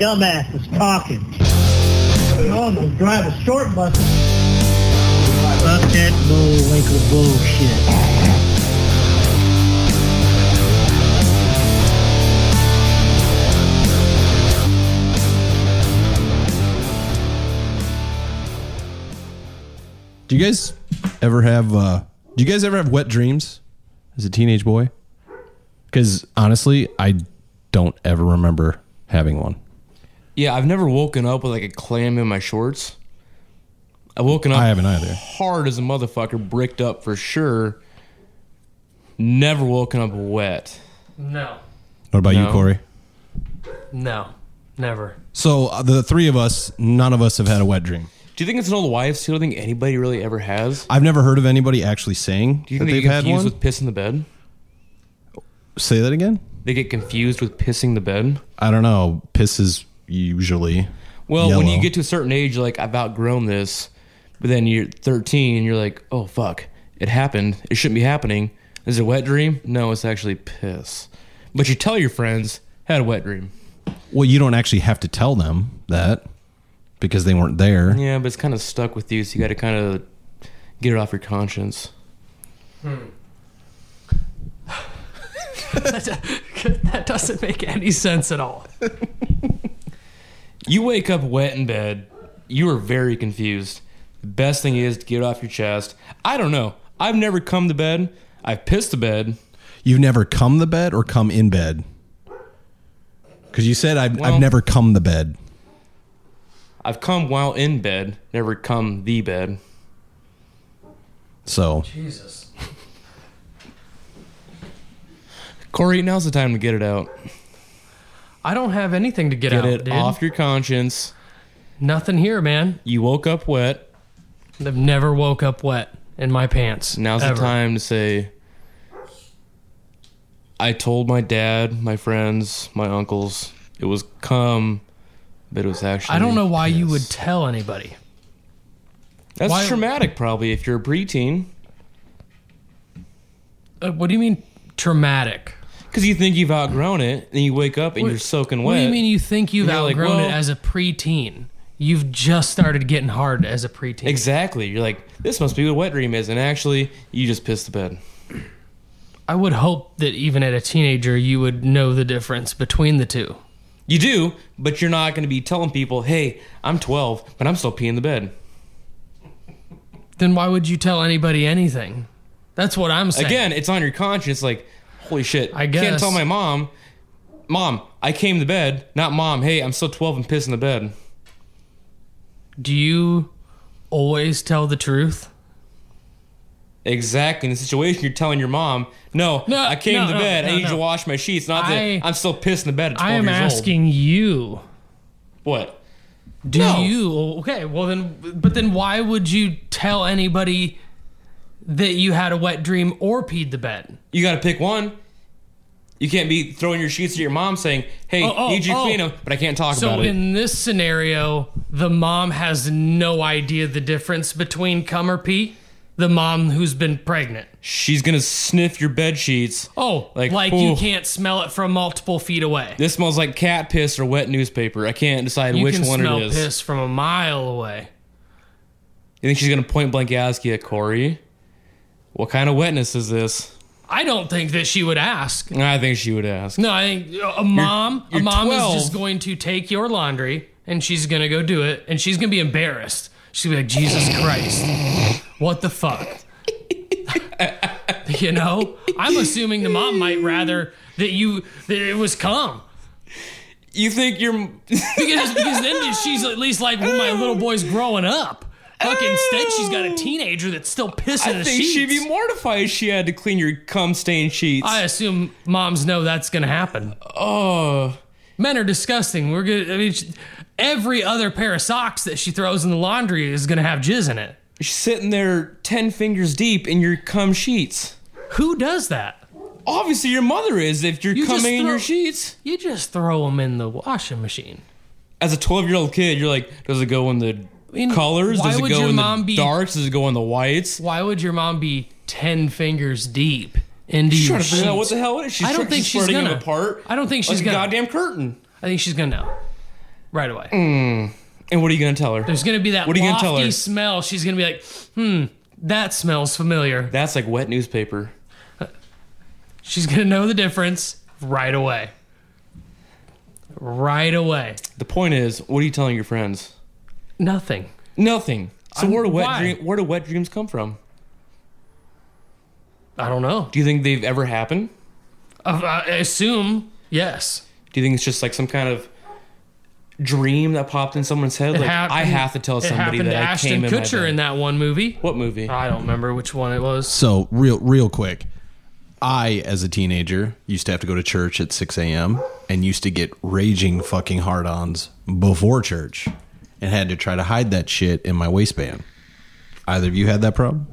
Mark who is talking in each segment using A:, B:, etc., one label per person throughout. A: dumbasses talking. Y'all just drive a short bus. Fuck that bullwinkle bullshit.
B: Do you guys ever have uh do you guys ever have wet dreams as a teenage boy? Cuz honestly, I don't ever remember having one.
C: Yeah, I've never woken up with like a clam in my shorts. I woken up
B: I haven't either.
C: hard as a motherfucker, bricked up for sure. Never woken up wet.
D: No,
B: What about you,
C: No.
B: Corey?
D: no, never.
B: So uh, the three of us, none of us have had a wet dream.
C: Do you think it's an old wives' tale? Do you think anybody really ever has?
B: I've never heard of anybody actually saying
C: Do you
B: that
C: think they
B: they've
C: get
B: had one.
C: confused with piss in the bed?
B: Say that again.
C: They get confused with pissing the bed.
B: I don't know. Piss is usually
C: Well, when you
B: Yellow.
C: get to a certain age, you're like I've outgrown this, but then you're 13, you're like, oh fuck, it happened. It shouldn't be happening. Is it a wet dream? No, it's actually piss. But you tell your friends had a wet dream.
B: well, you don't actually have to tell them that because they weren't there.
C: Yeah, but it's kind of stuck with you, so you got to kind of get it off your conscience.
D: that doesn't make any sense at all.
C: You wake up wet in bed. You are very confused. The best thing is to get it off your chest. I don't know. I've never come to bed. I've pissed to bed.
B: You've never come the bed or come in bed? Because you said I've,
C: Well-
B: I've never come the bed.
C: I've come while in bed. Never come the bed.
B: So
D: Jesus.
C: Corey, now's the time to get it out.
D: I don't have anything to get,
C: Get
D: out,
C: it
D: dude.
C: off your conscience.
D: Nothing here, man.
C: You woke up wet.
D: I've never woke up wet in my pants.
C: Now's
D: ever.
C: the time to say, I told my dad, my friends, my uncles, it was cum, but it was actually.
D: I don't know why you
C: piss."
D: would tell anybody.
C: That's
D: why-
C: traumatic, probably, if you're a preteen.
D: Uh, what do you mean traumatic?
C: Because you think you've outgrown it, and you wake up and you're soaking wet.
D: What do you mean you think you've
C: You're like,
D: outgrown
C: well-
D: it as a preteen? You've just started getting hard as a preteen.
C: Exactly. You're like, this must be what a wet dream is, and actually, you just pissed the bed.
D: I would hope that even at a teenager, you would know the difference between the two.
C: You do, but you're not going to be telling people, "Hey, I'm 12, but I'm still peeing the bed."
D: Then why would you tell anybody anything? That's what I'm saying.
C: Again, it's on your conscience. Like, holy shit,
D: I
C: can't
D: guess.
C: tell my mom. Mom, I came to bed. Not mom. Hey, I'm still 12 and pissing the bed.
D: do you always tell the truth?
C: Exactly. In the situation, you're telling your mom, "No,
D: No,
C: I came
D: no,
C: to
D: no,
C: bed. I
D: no,
C: need you to
D: no.
C: wash my sheets." Not
D: I-
C: that I'm still pissing the bed at 12
D: I am
C: years
D: asking you.
C: old. What?
D: Do
C: No.
D: you? Okay, well then, but then why would you tell anybody that you had a wet dream or peed the bed?
C: You got to pick one. You can't be throwing your sheets at your mom saying, "Hey,
D: Oh, oh,
C: need you to
D: oh.
C: clean them," but I can't talk
D: So
C: about it.
D: in this scenario, the mom has no idea the difference between cum or pee. The mom who's been pregnant.
C: She's gonna sniff your bed sheets.
D: Oh,
C: Like,
D: like, you
C: ooh.
D: can't smell it from multiple feet away.
C: This smells like cat piss or wet newspaper. I can't decide
D: You
C: which
D: can
C: one
D: smell
C: it is.
D: piss from a mile away.
C: You think she's gonna point blank ask you, Corey? What kind of wetness is this?
D: I don't think that she would ask.
C: I think she would ask.
D: No, I think a mom,
C: you're
D: a mom
C: 12.
D: is just going to take your laundry and she's gonna go do it, and she's gonna be embarrassed. She's gonna be like, Jesus Christ, what the fuck? you know, I'm assuming the mom might rather that you that it was cum
C: You think you're?
D: because because then she's at least like, well, my little boy's growing up. Fuck, instead she's got a teenager that's still pissing in
C: I
D: the
C: think
D: sheets.
C: she'd be mortified if she had to clean your cum stained sheets.
D: I assume moms know that's gonna happen.
C: oh,
D: men are disgusting. We're good. I mean, she, every other pair of socks that she throws in the laundry is going to have jizz in it.
C: she's sitting there ten fingers deep in your cum sheets.
D: Who does that?
C: Obviously, your mother is if you're
D: You just
C: coming in
D: throw-
C: your sheets.
D: You just throw them in the washing machine.
C: As a twelve year old kid, you're like, does it go in the
D: mean,
C: colors?
D: why
C: Does it
D: would
C: go
D: your
C: in the
D: mom be-
C: darks? Does it go in the whites?
D: Why would your mom be ten fingers deep into
C: She's
D: your
C: trying to figure out what
D: sheets?
C: the hell it is. She's
D: I don't
C: try-
D: think she's
C: splitting
D: gonna.
C: them apart.
D: I don't think she's
C: like
D: gonna.
C: a goddamn curtain.
D: I think she's gonna know. right away.
C: And what are you going to tell her?
D: There's gonna be that
C: Mm. What are you gonna tell
D: lofty
C: her?
D: smell. She's gonna be like, hmm, that smells familiar.
C: That's like wet newspaper.
D: She's gonna know the difference right away. Right away.
C: The point is, what are you telling your friends?
D: Nothing.
C: Nothing. So where do wet
D: why?
C: dream, where do wet dreams come from?
D: I don't know.
C: Do you think they've ever happened?
D: Uh, I assume yes.
C: Do you think it's just like some kind of dream that popped in someone's head?
D: It
C: like I
D: happened-
C: have to tell
D: it
C: somebody
D: happened
C: that
D: to
C: I
D: Ashton
C: came in my
D: Kutcher
C: bed.
D: in Uh, that one movie.
C: What movie?
D: I don't remember which one it was.
B: So real real quick, I as a teenager used to have to go to church at six a.m. and used to get raging fucking hard-ons before church, and had to try to hide that shit in my waistband. Either of you had that problem?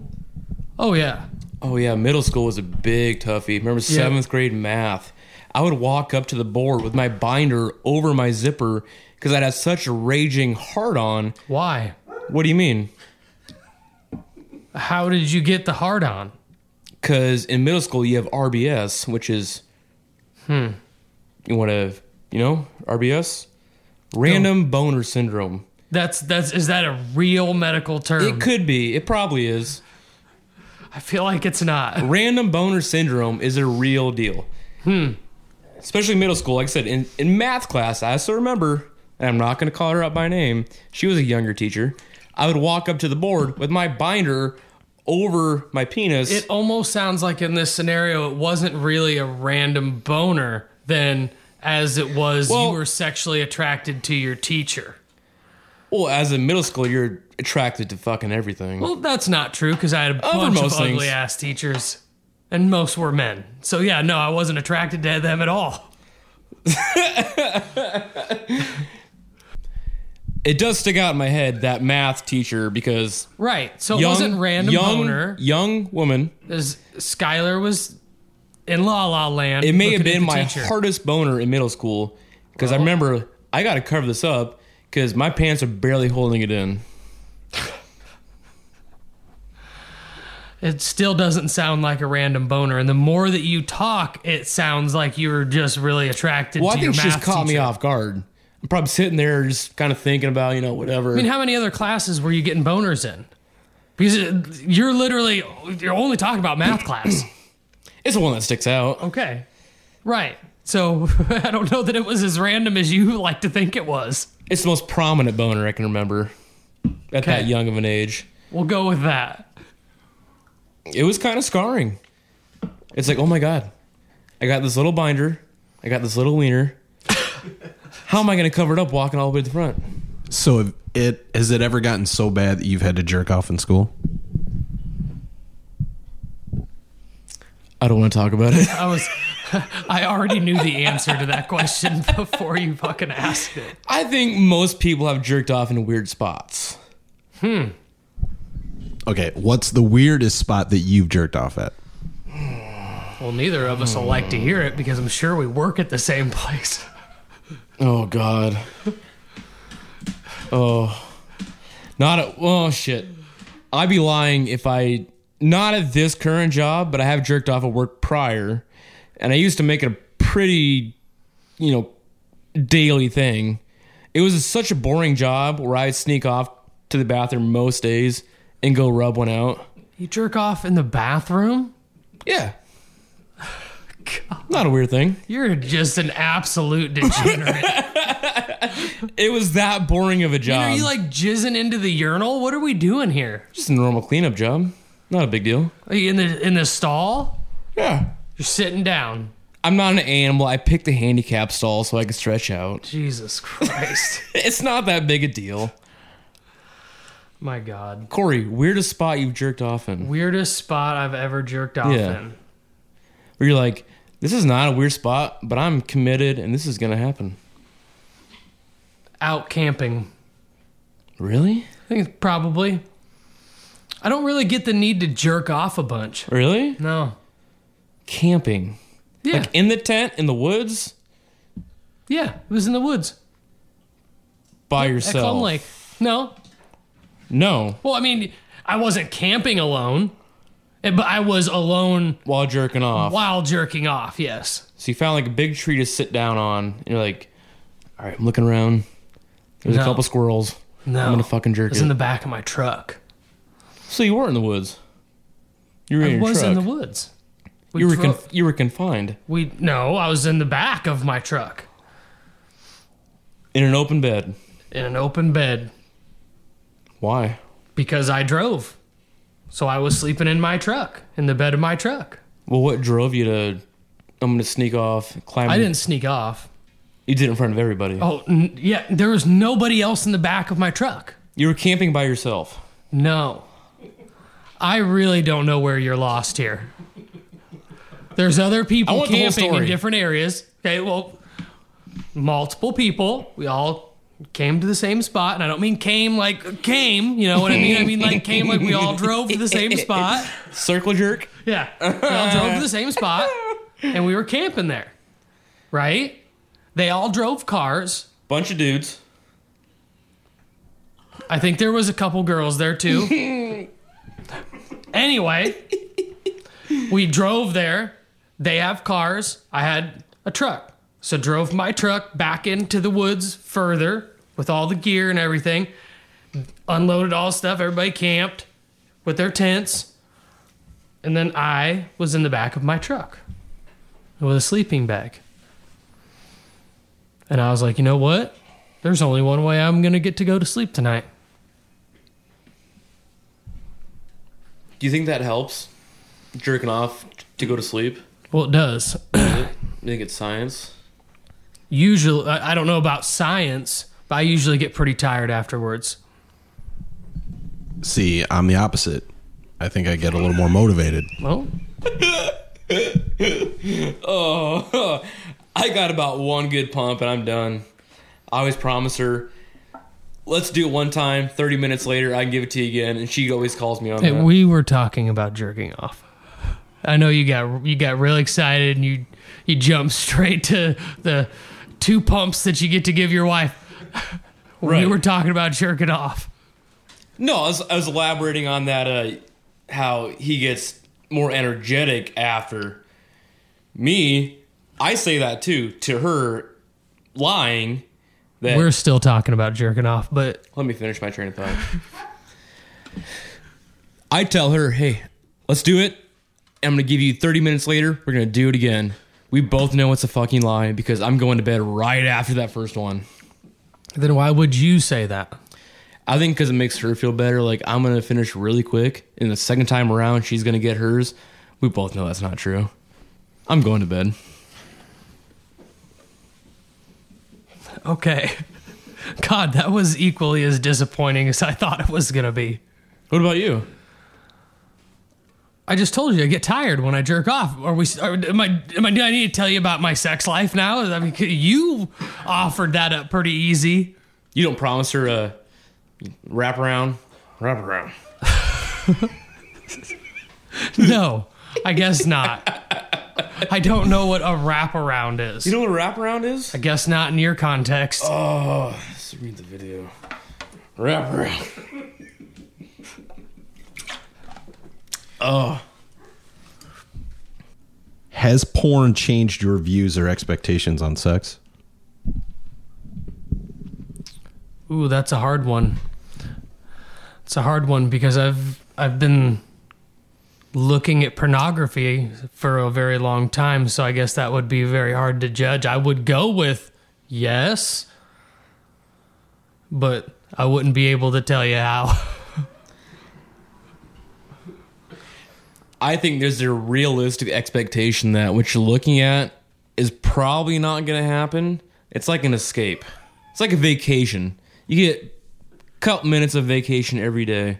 D: Oh yeah.
C: Oh yeah, middle school was a big toughie. Remember seventh grade math? I would walk up to the board with my binder over my zipper because I'd have such a raging hard on.
D: Why?
C: What do you mean?
D: How did you get the hard on?
C: Because in middle school you have RBS, which is hmm. You want to you know RBS, random boner syndrome.
D: That's that's is that a real medical term?
C: It could be. It probably is.
D: I feel like it's not.
C: Random boner syndrome is a real deal. Especially middle school. Like I said, in, in math class, I still remember, and I'm not going to call her out by name. She was a younger teacher. I would walk up to the board with my binder over my penis.
D: It almost sounds like in this scenario it wasn't really a random boner then as it was
C: Well-
D: you were sexually attracted to your teacher.
C: well, as in middle school, you're attracted to fucking everything.
D: Well, that's not true because I had a
C: Over
D: bunch of
C: most things.
D: ugly ass teachers, and most were men. So yeah, no, I wasn't attracted to them at all.
C: it does stick out in my head that math teacher because
D: Right. So
C: young,
D: it wasn't random
C: young,
D: boner.
C: young woman.
D: As Skylar was in La La Land.
C: It may have
D: looking at
C: been
D: the
C: my
D: teacher. Oh.
C: hardest boner in middle school because I remember I got to cover this up because my pants are barely holding it in.
D: It still doesn't sound like a random boner, and the more that you talk, it sounds like you were just really attracted.
C: Well,
D: to
C: I think
D: your
C: she just
D: math
C: caught me
D: teacher.
C: off guard. I'm probably sitting there just kind of thinking about, you know, whatever.
D: I mean, how many other classes were you getting boners in? Because it- you're literally you're only talking about math class.
C: it's the one that sticks out.
D: Okay. Right. So I don't know that it was as random as you like to think it was.
C: It's the most prominent boner I can remember at that
D: Okay.
C: young of an age.
D: We'll go with that.
C: It was kind of scarring. It's like, oh my God, I got this little binder, I got this little wiener. How am I going to cover it up walking all the way to the front?
B: So if it has it ever gotten so bad that you've had to jerk off in school?
C: I don't want to talk about it.
D: I was I already knew the answer to that question before you fucking asked it.
C: I think most people have jerked off in weird spots.
B: Okay, what's the weirdest spot that you've jerked off at?
D: Well, neither of us will like to hear it because I'm sure we work at the same place.
C: Oh God. Oh, not at oh shit. I'd be lying if I not at this current job, but I have jerked off at work prior, and I used to make it a pretty, you know, daily thing. It was such a boring job where I'd sneak off to the bathroom most days and go rub one out.
D: You jerk off in the bathroom?
C: Yeah. Not a weird thing.
D: You're just an absolute degenerate.
C: It was that boring of a
D: Are
C: job.
D: you like jizzing into the urinal? What are we doing here?
C: Just a normal cleanup job. Not a big deal.
D: Are you in the in the stall?
C: Yeah.
D: You're sitting down.
C: I'm not an animal. I picked the handicap stall so I could stretch out.
D: Jesus Christ.
C: It's not that big a deal.
D: My God.
C: Corey, weirdest spot you've jerked off in.
D: Weirdest spot I've ever jerked off
C: Yeah.
D: in.
C: Where you're like, this is not a weird spot, but I'm committed and this is going to happen.
D: Out camping.
C: Really?
D: I think it's probably. I don't really get the need to jerk off a bunch.
C: Really?
D: No.
C: Camping.
D: Yeah.
C: Like in the tent, in the woods,
D: yeah. It was in the woods
C: by
D: at
C: yourself.
D: Clum Lake. No.
C: No,
D: Well, I mean, I wasn't camping alone, eh, but I was alone
C: while jerking off.
D: while jerking off. Yes.
C: So you found like a big tree to sit down on, and you're like, all right, I'm looking around. There's
D: No.
C: a couple squirrels.
D: No.
C: I'm gonna fucking jerk
D: It was
C: it.
D: in the back of my truck.
C: So you were in the woods. You were in
D: I
C: your
D: was
C: truck.
D: in the woods. We
C: you were
D: dro-
C: conf- you were confined
D: we no, I was in the back of my truck
C: in an open bed.
D: in an open bed
C: Why?
D: because I drove. So I was sleeping in my truck, in the bed of my truck.
C: Well, what drove you to? I'm gonna sneak off. Climb.
D: I didn't sneak off.
C: You did it in front of everybody.
D: Oh, n- yeah, there was nobody else in the back of my truck.
C: You were camping by yourself.
D: No. I really don't know where you're lost here. There's other
C: I
D: people
C: want the whole
D: camping in
C: story.
D: different areas. Okay, well, multiple people. We all came to the same spot, and I don't mean came like came. You know what I mean? I mean like came like we all drove to the same spot.
C: Circle jerk.
D: Yeah, we all drove to the same spot, and we were camping there, right? They all drove cars.
C: Bunch of dudes.
D: I think there was a couple girls there too. anyway, we drove there. They have cars. I had a truck. So drove my truck back into the woods further with all the gear and everything. Unloaded all stuff. Everybody camped with their tents. And then I was in the back of my truck with a sleeping bag. And I was like, you know what? There's only one way I'm going to get to go to sleep tonight.
C: Do you think that helps? Jerking off to go to sleep.
D: Well, it does.
C: Is it? You think it's science?
D: Usually, I I don't know about science, but I usually get pretty tired afterwards.
B: See, I'm the opposite. I think I get a little more motivated.
D: Well,
C: Oh, I got about one good pump and I'm done. I always promise her, let's do it one time. Thirty minutes later, I can give it to you again, and she always calls me on
D: hey,
C: that.
D: we were talking about jerking off. I know you got you got real excited and you you jumped straight to the two pumps that you get to give your wife. We
C: Right.
D: were talking about jerking off.
C: No, I was, I was elaborating on that uh, how he gets more energetic after me. I say that too to her, lying. That
D: We're still talking about jerking off, but
C: let me finish my train of thought. I tell her, "Hey, let's do it." I'm gonna give you 30 minutes later. We're gonna do it again. We both know it's a fucking lie because I'm going to bed right after that first one.
D: then why would you say that?
C: I think because it makes her feel better. Like I'm gonna finish really quick, and the second time around, she's gonna get hers. We both know that's not true. I'm going to bed.
D: Okay. God, that was equally as disappointing as I thought it was going to be.
C: What about you?
D: I just told you I get tired when I jerk off. Are we? Are, am I? Am I? Do I need to tell you about my sex life now? I mean, you offered that up pretty easy.
C: You don't promise her a wrap around, wrap around.
D: No, I guess not. I don't know what a wraparound is.
C: You know what a wrap around is?
D: I guess not in your context.
C: Let's read the video. Wrap around.
B: Has porn changed your views or expectations on sex?
D: Ooh, that's a hard one. It's a hard one because I've I've been looking at pornography for a very long time, so I guess that would be very hard to judge. I would go with yes, but I wouldn't be able to tell you how.
C: I think there's a realistic expectation that what you're looking at is probably not going to happen. It's like an escape. It's like a vacation. You get a couple minutes of vacation every day.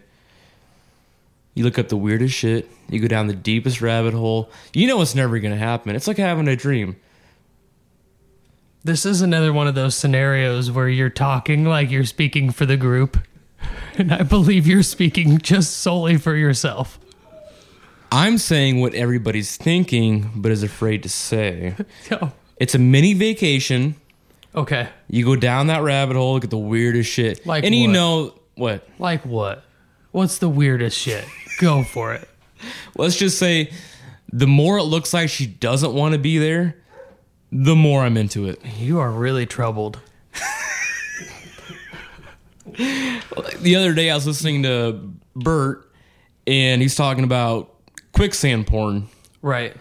C: You look up the weirdest shit. You go down the deepest rabbit hole. You know it's never going to happen. It's like having a dream.
D: This is another one of those scenarios where you're talking like you're speaking for the group, and I believe you're speaking just solely for yourself.
C: I'm saying what everybody's thinking but is afraid to say.
D: So,
C: It's a mini vacation.
D: okay,
C: You go down that rabbit hole, look at the weirdest shit.
D: Like
C: and you
D: what?
C: know what?
D: like what? What's the weirdest shit? Go for it.
C: let's just say the more it looks like she doesn't want to be there, the more I'm into it.
D: You are really troubled.
C: the other day I was listening to Bert, and he's talking about quicksand porn.
D: Right.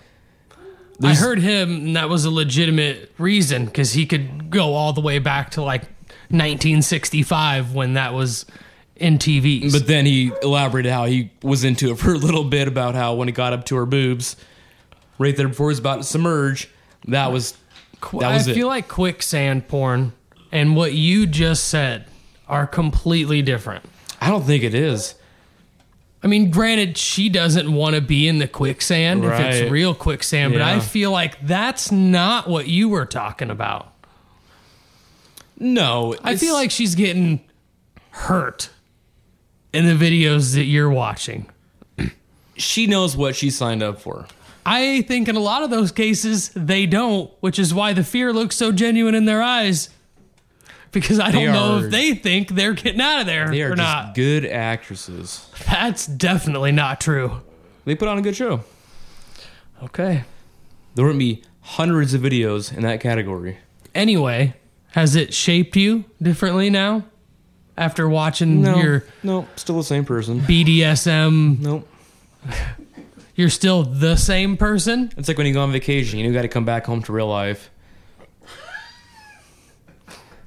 D: I heard him, and that was a legitimate reason because he could go all the way back to like 1965 when that was in TVs.
C: But then he elaborated how he was into it for a little bit about how when he got up to her boobs, right there before he was about to submerge, that was that was
D: I
C: it.
D: feel like quicksand porn and what you just said are completely different.
C: I don't think it is.
D: I mean, granted, she doesn't want to be in the quicksand if
C: Right.
D: it's real quicksand, but I
C: Yeah.
D: feel like that's not what you were talking about.
C: No,
D: I feel like she's getting hurt in the videos that you're watching.
C: she knows what she signed up for.
D: I think in a lot of those cases they don't, which is why the fear looks so genuine in their eyes. Because I
C: They
D: don't know
C: are-
D: if they think they're getting out of there
C: They are
D: or
C: just
D: not.
C: good actresses.
D: That's definitely not true.
C: They put on a good show.
D: Okay.
C: There wouldn't be hundreds of videos in that category.
D: Anyway, has it shaped you differently now after watching your
C: no, still the same person.
D: BDSM?
C: Nope.
D: You're still the same person?
C: It's like when you go on vacation, you know, you got to come back home to real life.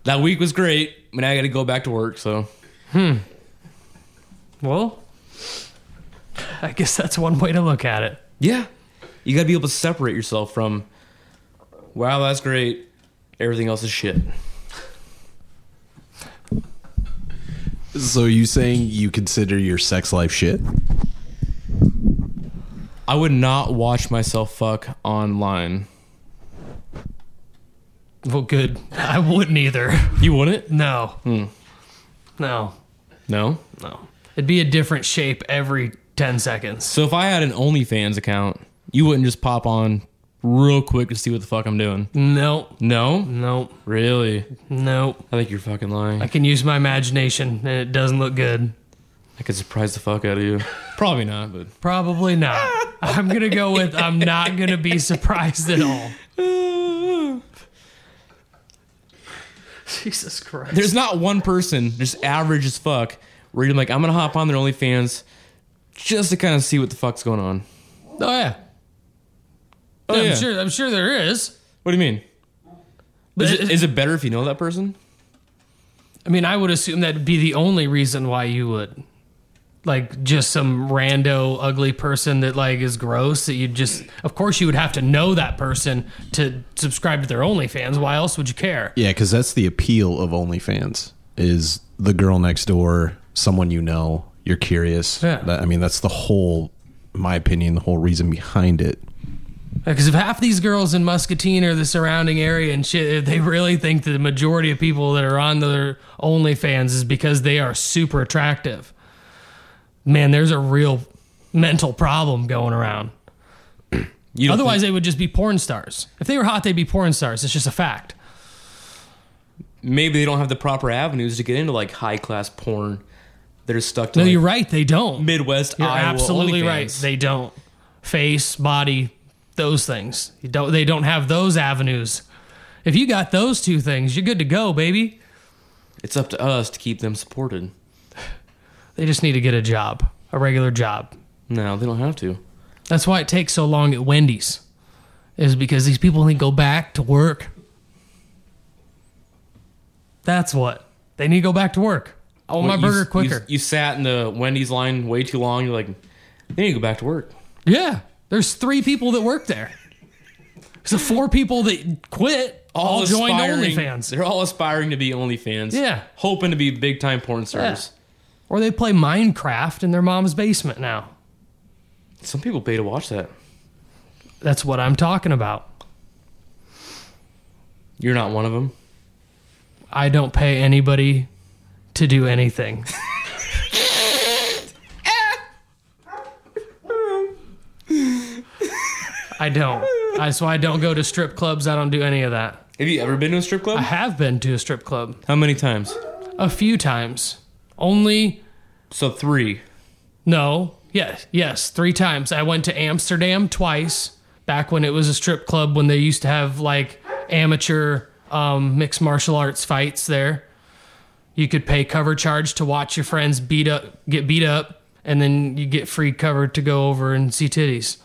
C: that week was great, but now I got to go back to work. So
D: Well, I guess that's one way to look at it.
C: yeah, you got to be able to separate yourself from. Wow, that's great. Everything else is shit.
B: So you saying you consider your sex life shit?
C: I would not watch myself fuck online.
D: Well, good. I wouldn't either.
C: You wouldn't? Hmm.
D: No. No.
C: No.
D: No. It'd be a different shape every 10 seconds.
C: So if I had an OnlyFans account, you wouldn't just pop on real quick to see what the fuck I'm doing.
D: No.
C: No,
D: No.
C: really?
D: No.
C: I think you're fucking lying.
D: I can use my imagination and it doesn't look good.
C: I could surprise the fuck out of you. Probably not, but
D: Probably not. I'm going to go with I'm not going to be surprised at all. Jesus Christ.
C: there's not one person just average as fuck where you're like, I'm gonna hop on their OnlyFans just to kind of see what the fuck's going on.
D: oh, yeah.
C: Oh,
D: I'm
C: yeah.
D: sure I'm sure there is.
C: What do you mean? Is
D: But-
C: it, is it better if you know that person?
D: I mean, I would assume that'd be the only reason why you would. Like just some rando ugly person that like is gross that you just of course you would have to know that person to subscribe to their OnlyFans. Why else would you care?
B: Yeah, because that's the appeal of OnlyFans is the girl next door, someone you know, you're curious.
D: Yeah.
B: That- I mean, that's the whole, in my opinion, the whole reason behind it.
D: Because if half these girls in Muscatine or the surrounding area and shit, if they really think that the majority of people that are on their OnlyFans is because they are super attractive. Man, there's a real mental problem going around.
C: You don't
D: Otherwise, they would just be porn stars. If they were hot, they'd be porn stars. It's just a fact.
C: think- maybe they don't have the proper avenues to get into like high class porn. They're just stuck to
D: No,
C: like,
D: you're right. They don't.
C: Midwest.
D: You're
C: Iowa
D: absolutely
C: OnlyFans.
D: right. They don't. Face, body, those things. You don't. They don't have those avenues. If you got those two things, you're good to go, baby.
C: it's up to us to keep them supported.
D: They just need to get a job, a regular job.
C: No, they don't have to.
D: That's why it takes so long at Wendy's, is because these people need to go back to work. That's what they need to go back to work. I want
C: Wait,
D: my
C: you-
D: burger
C: you-
D: quicker.
C: You, sat in the Wendy's line way too long. You're like, they need to go back to work.
D: Yeah. There's three people that work there. So four people that quit all, joined
C: aspiring-
D: OnlyFans.
C: They're all aspiring to be OnlyFans.
D: Yeah.
C: Hoping to be big time porn stars.
D: Or they play Minecraft in their mom's basement now.
C: Some people pay to watch that.
D: That's what I'm talking about.
C: You're not one of them.
D: I don't pay anybody to do anything. I don't. That's why I don't go to strip clubs. I don't do any of that.
C: Have you ever been to a strip club?
D: I have been to a strip club
C: How many times?
D: a few times. Only
C: So three.
D: No. Yes. Yes. Three times. I went to Amsterdam twice back when it was a strip club when they used to have like amateur um, mixed martial arts fights there. You could pay cover charge to watch your friends beat up, get beat up, and then you get free cover to go over and see titties.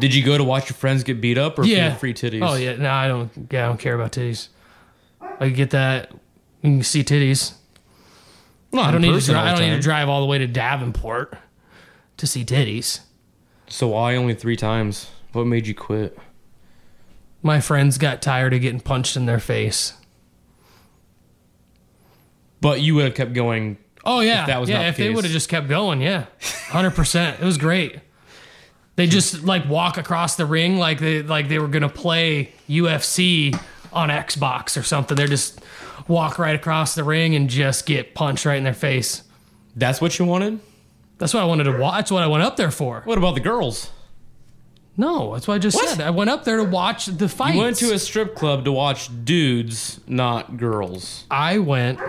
C: Did you go to watch your friends get beat up or for
D: Yeah,
C: the free titties?
D: Oh yeah, no, I don't. Yeah, I don't care about titties. I get that. You can see titties.
C: Not
D: I
C: in
D: don't need to.
C: person
D: Dri-
C: all the
D: I don't need to
C: time.
D: drive all the way to Davenport to see titties.
C: So why only three times? What made you quit?
D: My friends got tired of getting punched in their face.
C: But you would have kept going.
D: Oh yeah,
C: that was
D: yeah.
C: not the
D: if they
C: case.
D: would have just kept going, yeah, hundred percent. It was great. They just like walk across the ring like they like they were gonna play UFC on Xbox or something. They're just walk right across the ring and just get punched right in their face.
C: That's what you wanted?
D: That's what I wanted to watch. That's what I went up there for.
C: What about the girls?
D: No, that's what I just
C: What?
D: said. I went up there to watch the fight.
C: You went to a strip club to watch dudes, not girls.
D: I went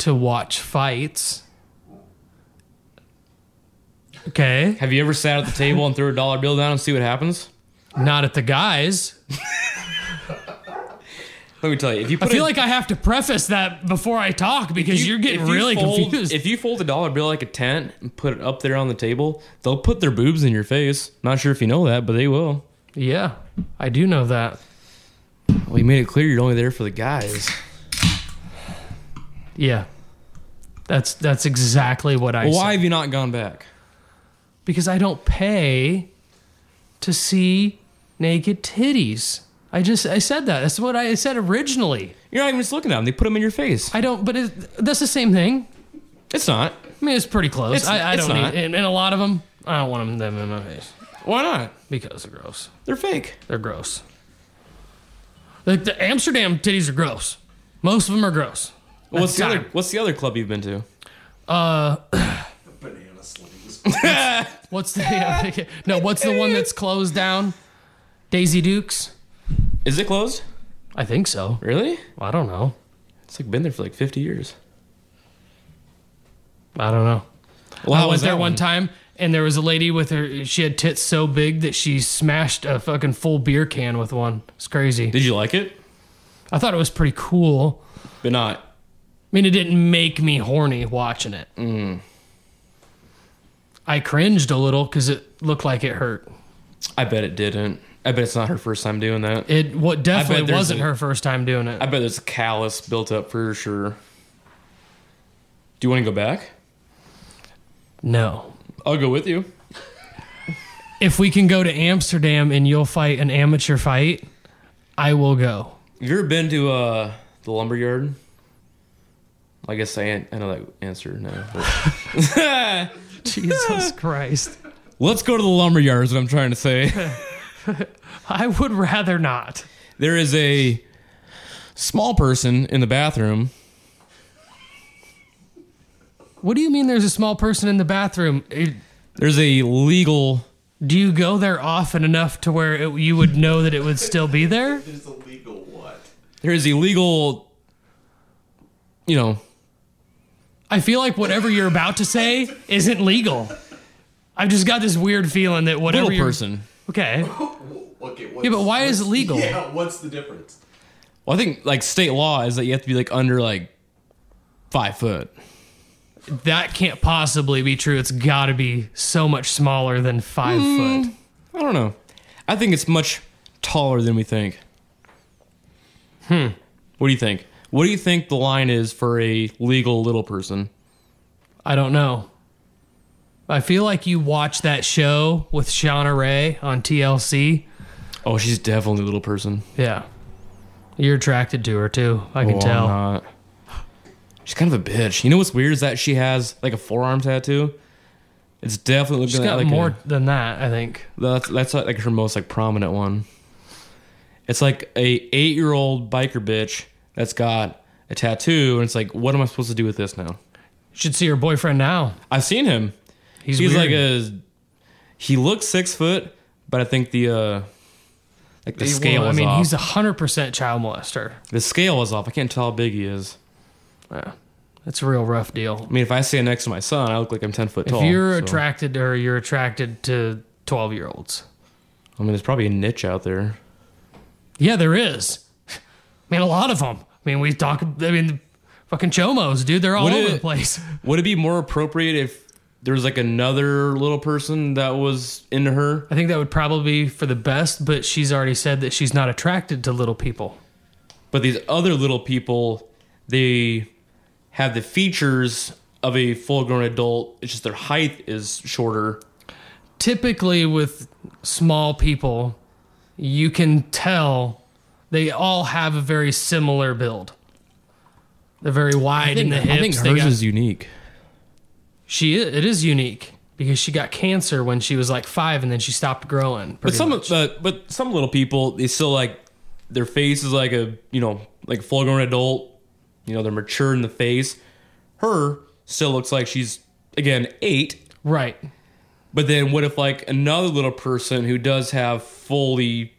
D: to watch fights. Okay,
C: Have you ever sat at the table and threw a dollar bill down and see what happens?
D: not at the guys.
C: Let me tell you, if you
D: I
C: put
D: feel
C: a-
D: like I have to preface that before I talk because
C: you-
D: you, are getting
C: if you
D: really
C: fold-
D: confused.
C: If you fold a dollar bill like a tent and put it up there on the table, they'll put their boobs in your face. Not sure if you know that, but they will.
D: yeah, I do know that.
C: Well, you made it clear you're only there for the guys.
D: Yeah, that's that's exactly what I.
C: Well, why
D: said.
C: have you not gone back?
D: Because I don't pay to see naked titties. I just I said that. That's what I said originally.
C: You're not even just looking at them. They put them in your face.
D: I don't, but it, that's the same thing.
C: It's not.
D: I mean, it's pretty close.
C: It's-
D: I, I
C: it's
D: don't
C: not.
D: need, and, and a lot of them. I don't want 'em- them in my face
C: Why not?
D: because they're gross.
C: They're fake.
D: They're gross. Like the Amsterdam titties are gross. Most of them are gross.
C: What's the
D: Got
C: other?
D: it.
C: What's the other club you've been to?
B: Banana slings.
D: What's the no? What's the one that's closed down? Daisy Dukes.
C: Is it closed?
D: I think so.
C: Really?
D: I don't know.
C: It's like been there for like 50 years.
D: I don't know.
C: Well,
D: I went there one time, and there was a lady with her. She had tits so big that she smashed a fucking full beer can with one. It's crazy.
C: Did you like it?
D: I thought it was pretty cool.
C: But not.
D: I mean, it didn't make me horny watching it. I cringed a little because it looked like it hurt.
C: I bet it didn't. I bet it's not her first time doing that.
D: It what definitely
C: there's
D: wasn't
C: a-
D: her first time doing it.
C: I bet there's a callus built up for sure. Do you want to go back?
D: no.
C: I'll go with you.
D: If we can go to Amsterdam and you'll fight an amateur fight, I will go.
C: Have you ever been to uh, the lumberyard? I guess I, an- I know that answer now. but-
D: Jesus Christ.
C: Let's go to the lumberyard is what I'm trying to say.
D: I would rather not.
C: there is a small person in the bathroom.
D: What do you mean there's a small person in the bathroom? Eh,
C: There's a legal
D: Do you go there often enough to where it, you would know that it would still be there?
B: There's a legal what?
C: there is a legal you know
D: I feel like whatever you're about to say isn't legal. I've just got this weird feeling that whatever
C: little
D: you're,
C: person.
D: Okay.
B: Okay,
D: Yeah, but why is it legal?
B: Yeah, what's the difference?
C: Well, I think like state law is that you have to be like under like five foot.
D: That can't possibly be true. It's got to be so much smaller than 5 foot.
C: I don't know. I think it's much taller than we think. Hmm. What do you think? What do you think the line is for a legal little person?
D: I don't know. I feel like you watch that show with Shauna Ray on TLC.
C: Oh, she's definitely a little person.
D: Yeah. You're attracted to her too. I can
C: Oh,
D: tell.
C: I'm not. She's kind of a bitch. You know what's weird is that she has like a forearm tattoo. It's definitely looking
D: She's got
C: at like
D: more
C: a-
D: than that, I think.
C: That's that's like her most like prominent one. It's like a eight year old biker bitch that's got a tattoo, and it's like, what am I supposed to do with this now?
D: You should see her boyfriend now.
C: I've seen him.
D: He's,
C: He's,
D: weird.
C: like a. He looks six foot, but I think the uh, like the
D: He- well,
C: scale.
D: I
C: is
D: mean,
C: off.
D: he's a hundred percent child molester.
C: the scale is off. I can't tell how big he is.
D: That's a real rough deal.
C: I mean, if I stand next to my son, I look like I'm ten foot tall.
D: if you're
C: so-
D: attracted to her, you're attracted to twelve year olds.
C: I mean, there's probably a niche out there.
D: Yeah, there is. I mean, a lot of them. I mean, we talk. I mean, fucking chomos, dude. They're all
C: Would
D: over
C: it-
D: the place.
C: Would it be more appropriate if there was like another little person that was into her?
D: I think that would probably be for the best, but she's already said that she's not attracted to little people.
C: But these other little people, they have the features of a full grown adult. It's just their height is shorter.
D: Typically, with small people, you can tell they all have a very similar build. They're very wide in the hips. They got-
C: unique.
D: she i- it is unique because she got cancer when she was like five, and then she stopped growing.
C: But
D: pretty
C: some,
D: much.
C: but, but some little people, they still like their face is like a you know like full grown adult. You know they're mature in the face. Her still looks like she's again eight.
D: right?
C: But then what if like another little person who does have fully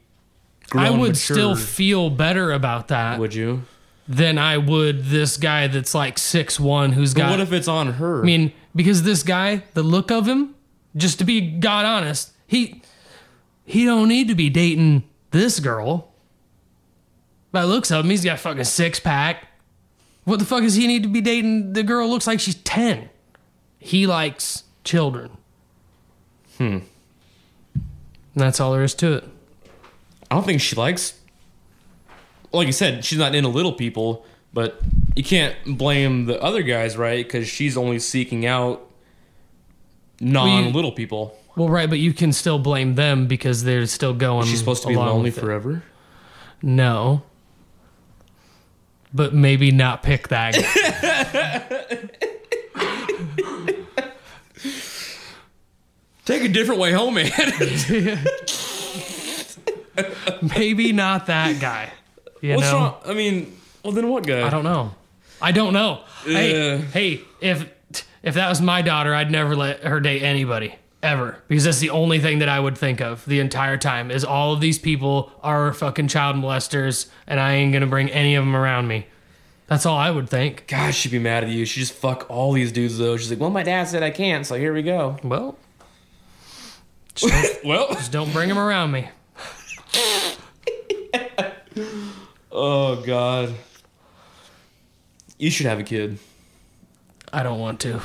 C: grown
D: I would
C: matured-
D: still feel better about that
C: would you?
D: than I would this guy that's like six one who's
C: But
D: got.
C: what if it's on her?
D: I mean, because this guy, the look of him, just to be god honest, he he don't need to be dating this girl. By the looks of him, he's got fucking six pack. What the fuck does he need to be dating? The girl looks like she's ten. He likes children. Hmm.
C: Hmm.
D: And that's all there is to it.
C: I don't think she likes like you said, she's not into little people, but you can't blame the other guys, right? Because she's only seeking out non little people.
D: Well, right, but you can still blame them because they're still going.
C: She's supposed to be
D: along
C: lonely
D: with it.
C: forever.
D: No. But maybe not pick that guy.
C: Take a different way home, man.
D: maybe not that guy. You
C: What's
D: know?
C: wrong? I mean, well then what guy?
D: I don't know. I don't know. Hey,
C: Yeah.
D: hey, if if that was my daughter, I'd never let her date anybody ever because that's the only thing that I would think of the entire time is all of these people are fucking child molesters and I ain't gonna bring any of them around me. That's all I would think.
C: God, she'd be mad at you. She just fuck all these dudes though. She's like, well, my dad said I can't, so here we go.
D: Well,
C: well,
D: just don't bring them around me.
C: oh god, you should have a kid.
D: I don't want to.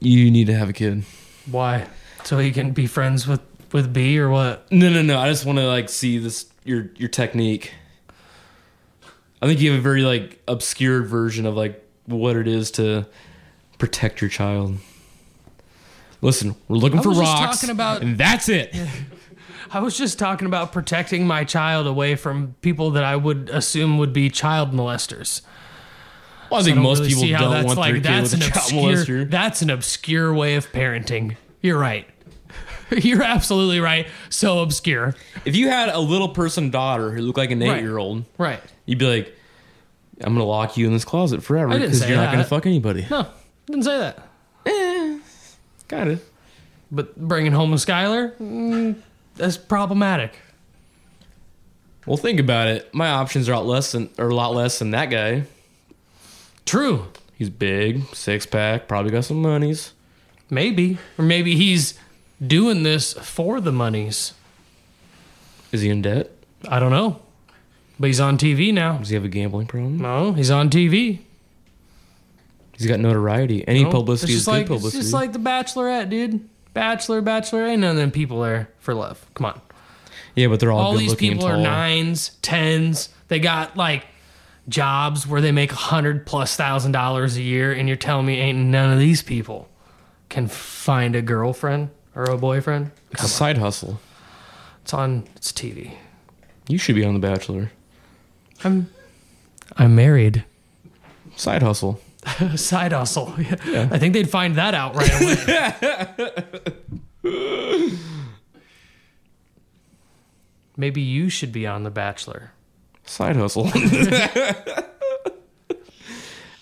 C: You need to have a kid.
D: Why? So he can be friends with with B or what?
C: No, no, no. I just want to like see this your your technique. I think you have a very like obscured version of like what it is to protect your child. Listen, we're looking for
D: was just
C: rocks,
D: talking about-
C: and that's it.
D: I was just talking about protecting my child away from people that I would assume would be child molesters.
C: Well, I think
D: don't
C: most
D: really
C: people
D: see how
C: don't
D: that's
C: want
D: like-
C: their kid
D: that's
C: with a
D: an
C: child
D: obscure,
C: molester.
D: That's an obscure way of parenting. You're right. You're absolutely right. So obscure.
C: If you had a little person daughter who looked like an
D: Right.
C: eight year old,
D: Right.
C: you'd be like, "I'm gonna lock you in this closet forever
D: I didn't
C: because
D: say
C: you're not gonna
D: that.
C: fuck anybody."
D: No, didn't say that.
C: Got it.
D: But bringing home a Skylar, mm, that's problematic.
C: Well, think about it. My options are a lot less than, are a lot less than that guy.
D: True.
C: He's big, six pack, probably got some monies.
D: Maybe. Or maybe he's doing this for the monies.
C: Is he in debt?
D: I don't know. But he's on TV now.
C: Does he have a gambling problem?
D: No, he's on TV.
C: He's got notoriety. Any
D: No,
C: publicity
D: it's
C: is
D: just
C: good
D: like,
C: publicity.
D: It's just like The Bachelorette, dude. Bachelor, Bachelorette, ain't none of them people there for love. Come on.
C: yeah, but they're all,
D: All
C: good
D: these
C: looking
D: people
C: and
D: are
C: tall.
D: nines, tens. They got like jobs where they make a hundred plus thousand dollars a year, and you're telling me ain't none of these people can find a girlfriend or a boyfriend?
C: It's a side hustle.
D: It's on it's TV.
C: You should be on The Bachelor.
D: I'm I'm married.
C: Side hustle.
D: A side hustle. I think they'd find that out right away. Maybe you should be on The Bachelor.
C: Side hustle.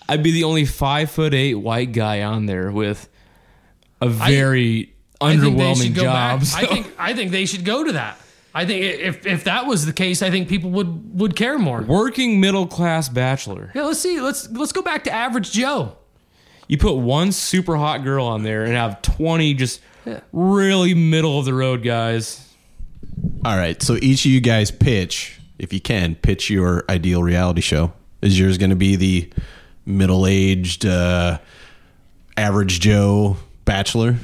C: I'd be the only five foot eight white guy on there with a very underwhelming job.
D: Go back. I think I think they should go to that. I think i- if if that was the case, I think people would would care more.
C: Working middle class bachelor.
D: Yeah, let's see. Let's let's go back to average Joe.
C: You put one super hot girl on there and have 20 just really middle of the road guys.
B: All right. So each of you guys pitch, if you can, pitch your ideal reality show. Is yours going to be the middle aged, uh, average Joe bachelor.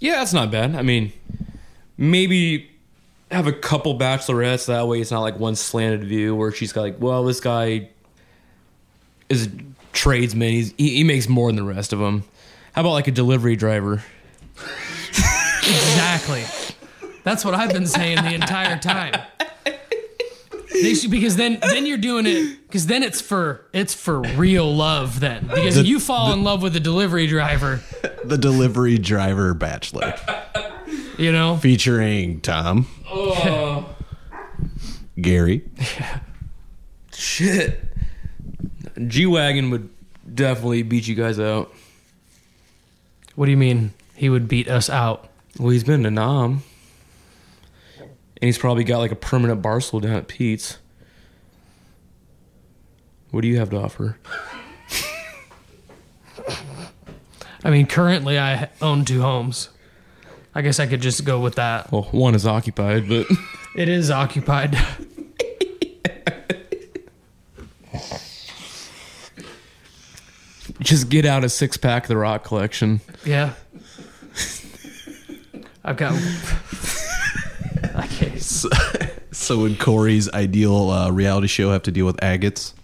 C: Yeah, that's not bad. I mean, maybe have a couple bachelorettes. That way, it's not like one slanted view where she's got like, well, this guy is a tradesman. He's, he, he makes more than the rest of them. How about like a delivery driver?
D: Exactly. That's what I've been saying the entire time. They should, because then then you're doing it because then it's for it's for real love then because
B: The-
D: you fall in love with a delivery driver
B: The delivery driver bachelor
D: you know
B: featuring Tom, Gary,
C: Shit. G Wagon would definitely beat you guys out.
D: what do you mean he would beat us out
C: Well, he's been to Nam. And he's probably got like a permanent bar stool down at Pete's. What do you have to offer?
D: I mean currently I own two homes I guess I could just go with that
C: Well, one is occupied, but
D: it is occupied
C: just get out a six pack of the rock collection.
D: yeah I've got I can't
B: So would Corey's ideal uh, reality show have to deal with agates,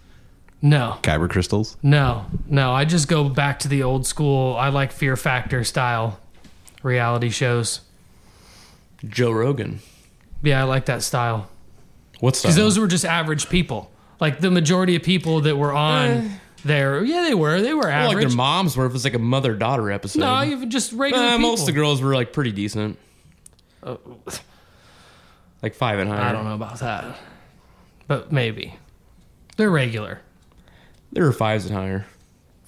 D: no
B: kyber crystals?
D: No, no. I just go back to the old school. I like Fear Factor style reality shows.
C: Joe Rogan.
D: Yeah, I like that style
C: What's that?
D: because those were just average people. Like the majority of people that were on there, yeah, they were. They were
C: like their
D: average.
C: moms were if it's like a mother daughter episode.
D: no, even just regular
C: Uh,
D: people. Oh.
C: most of the girls were like pretty decent. like five and higher.
D: I don't know about that, but maybe they're regular.
C: There were fives and higher.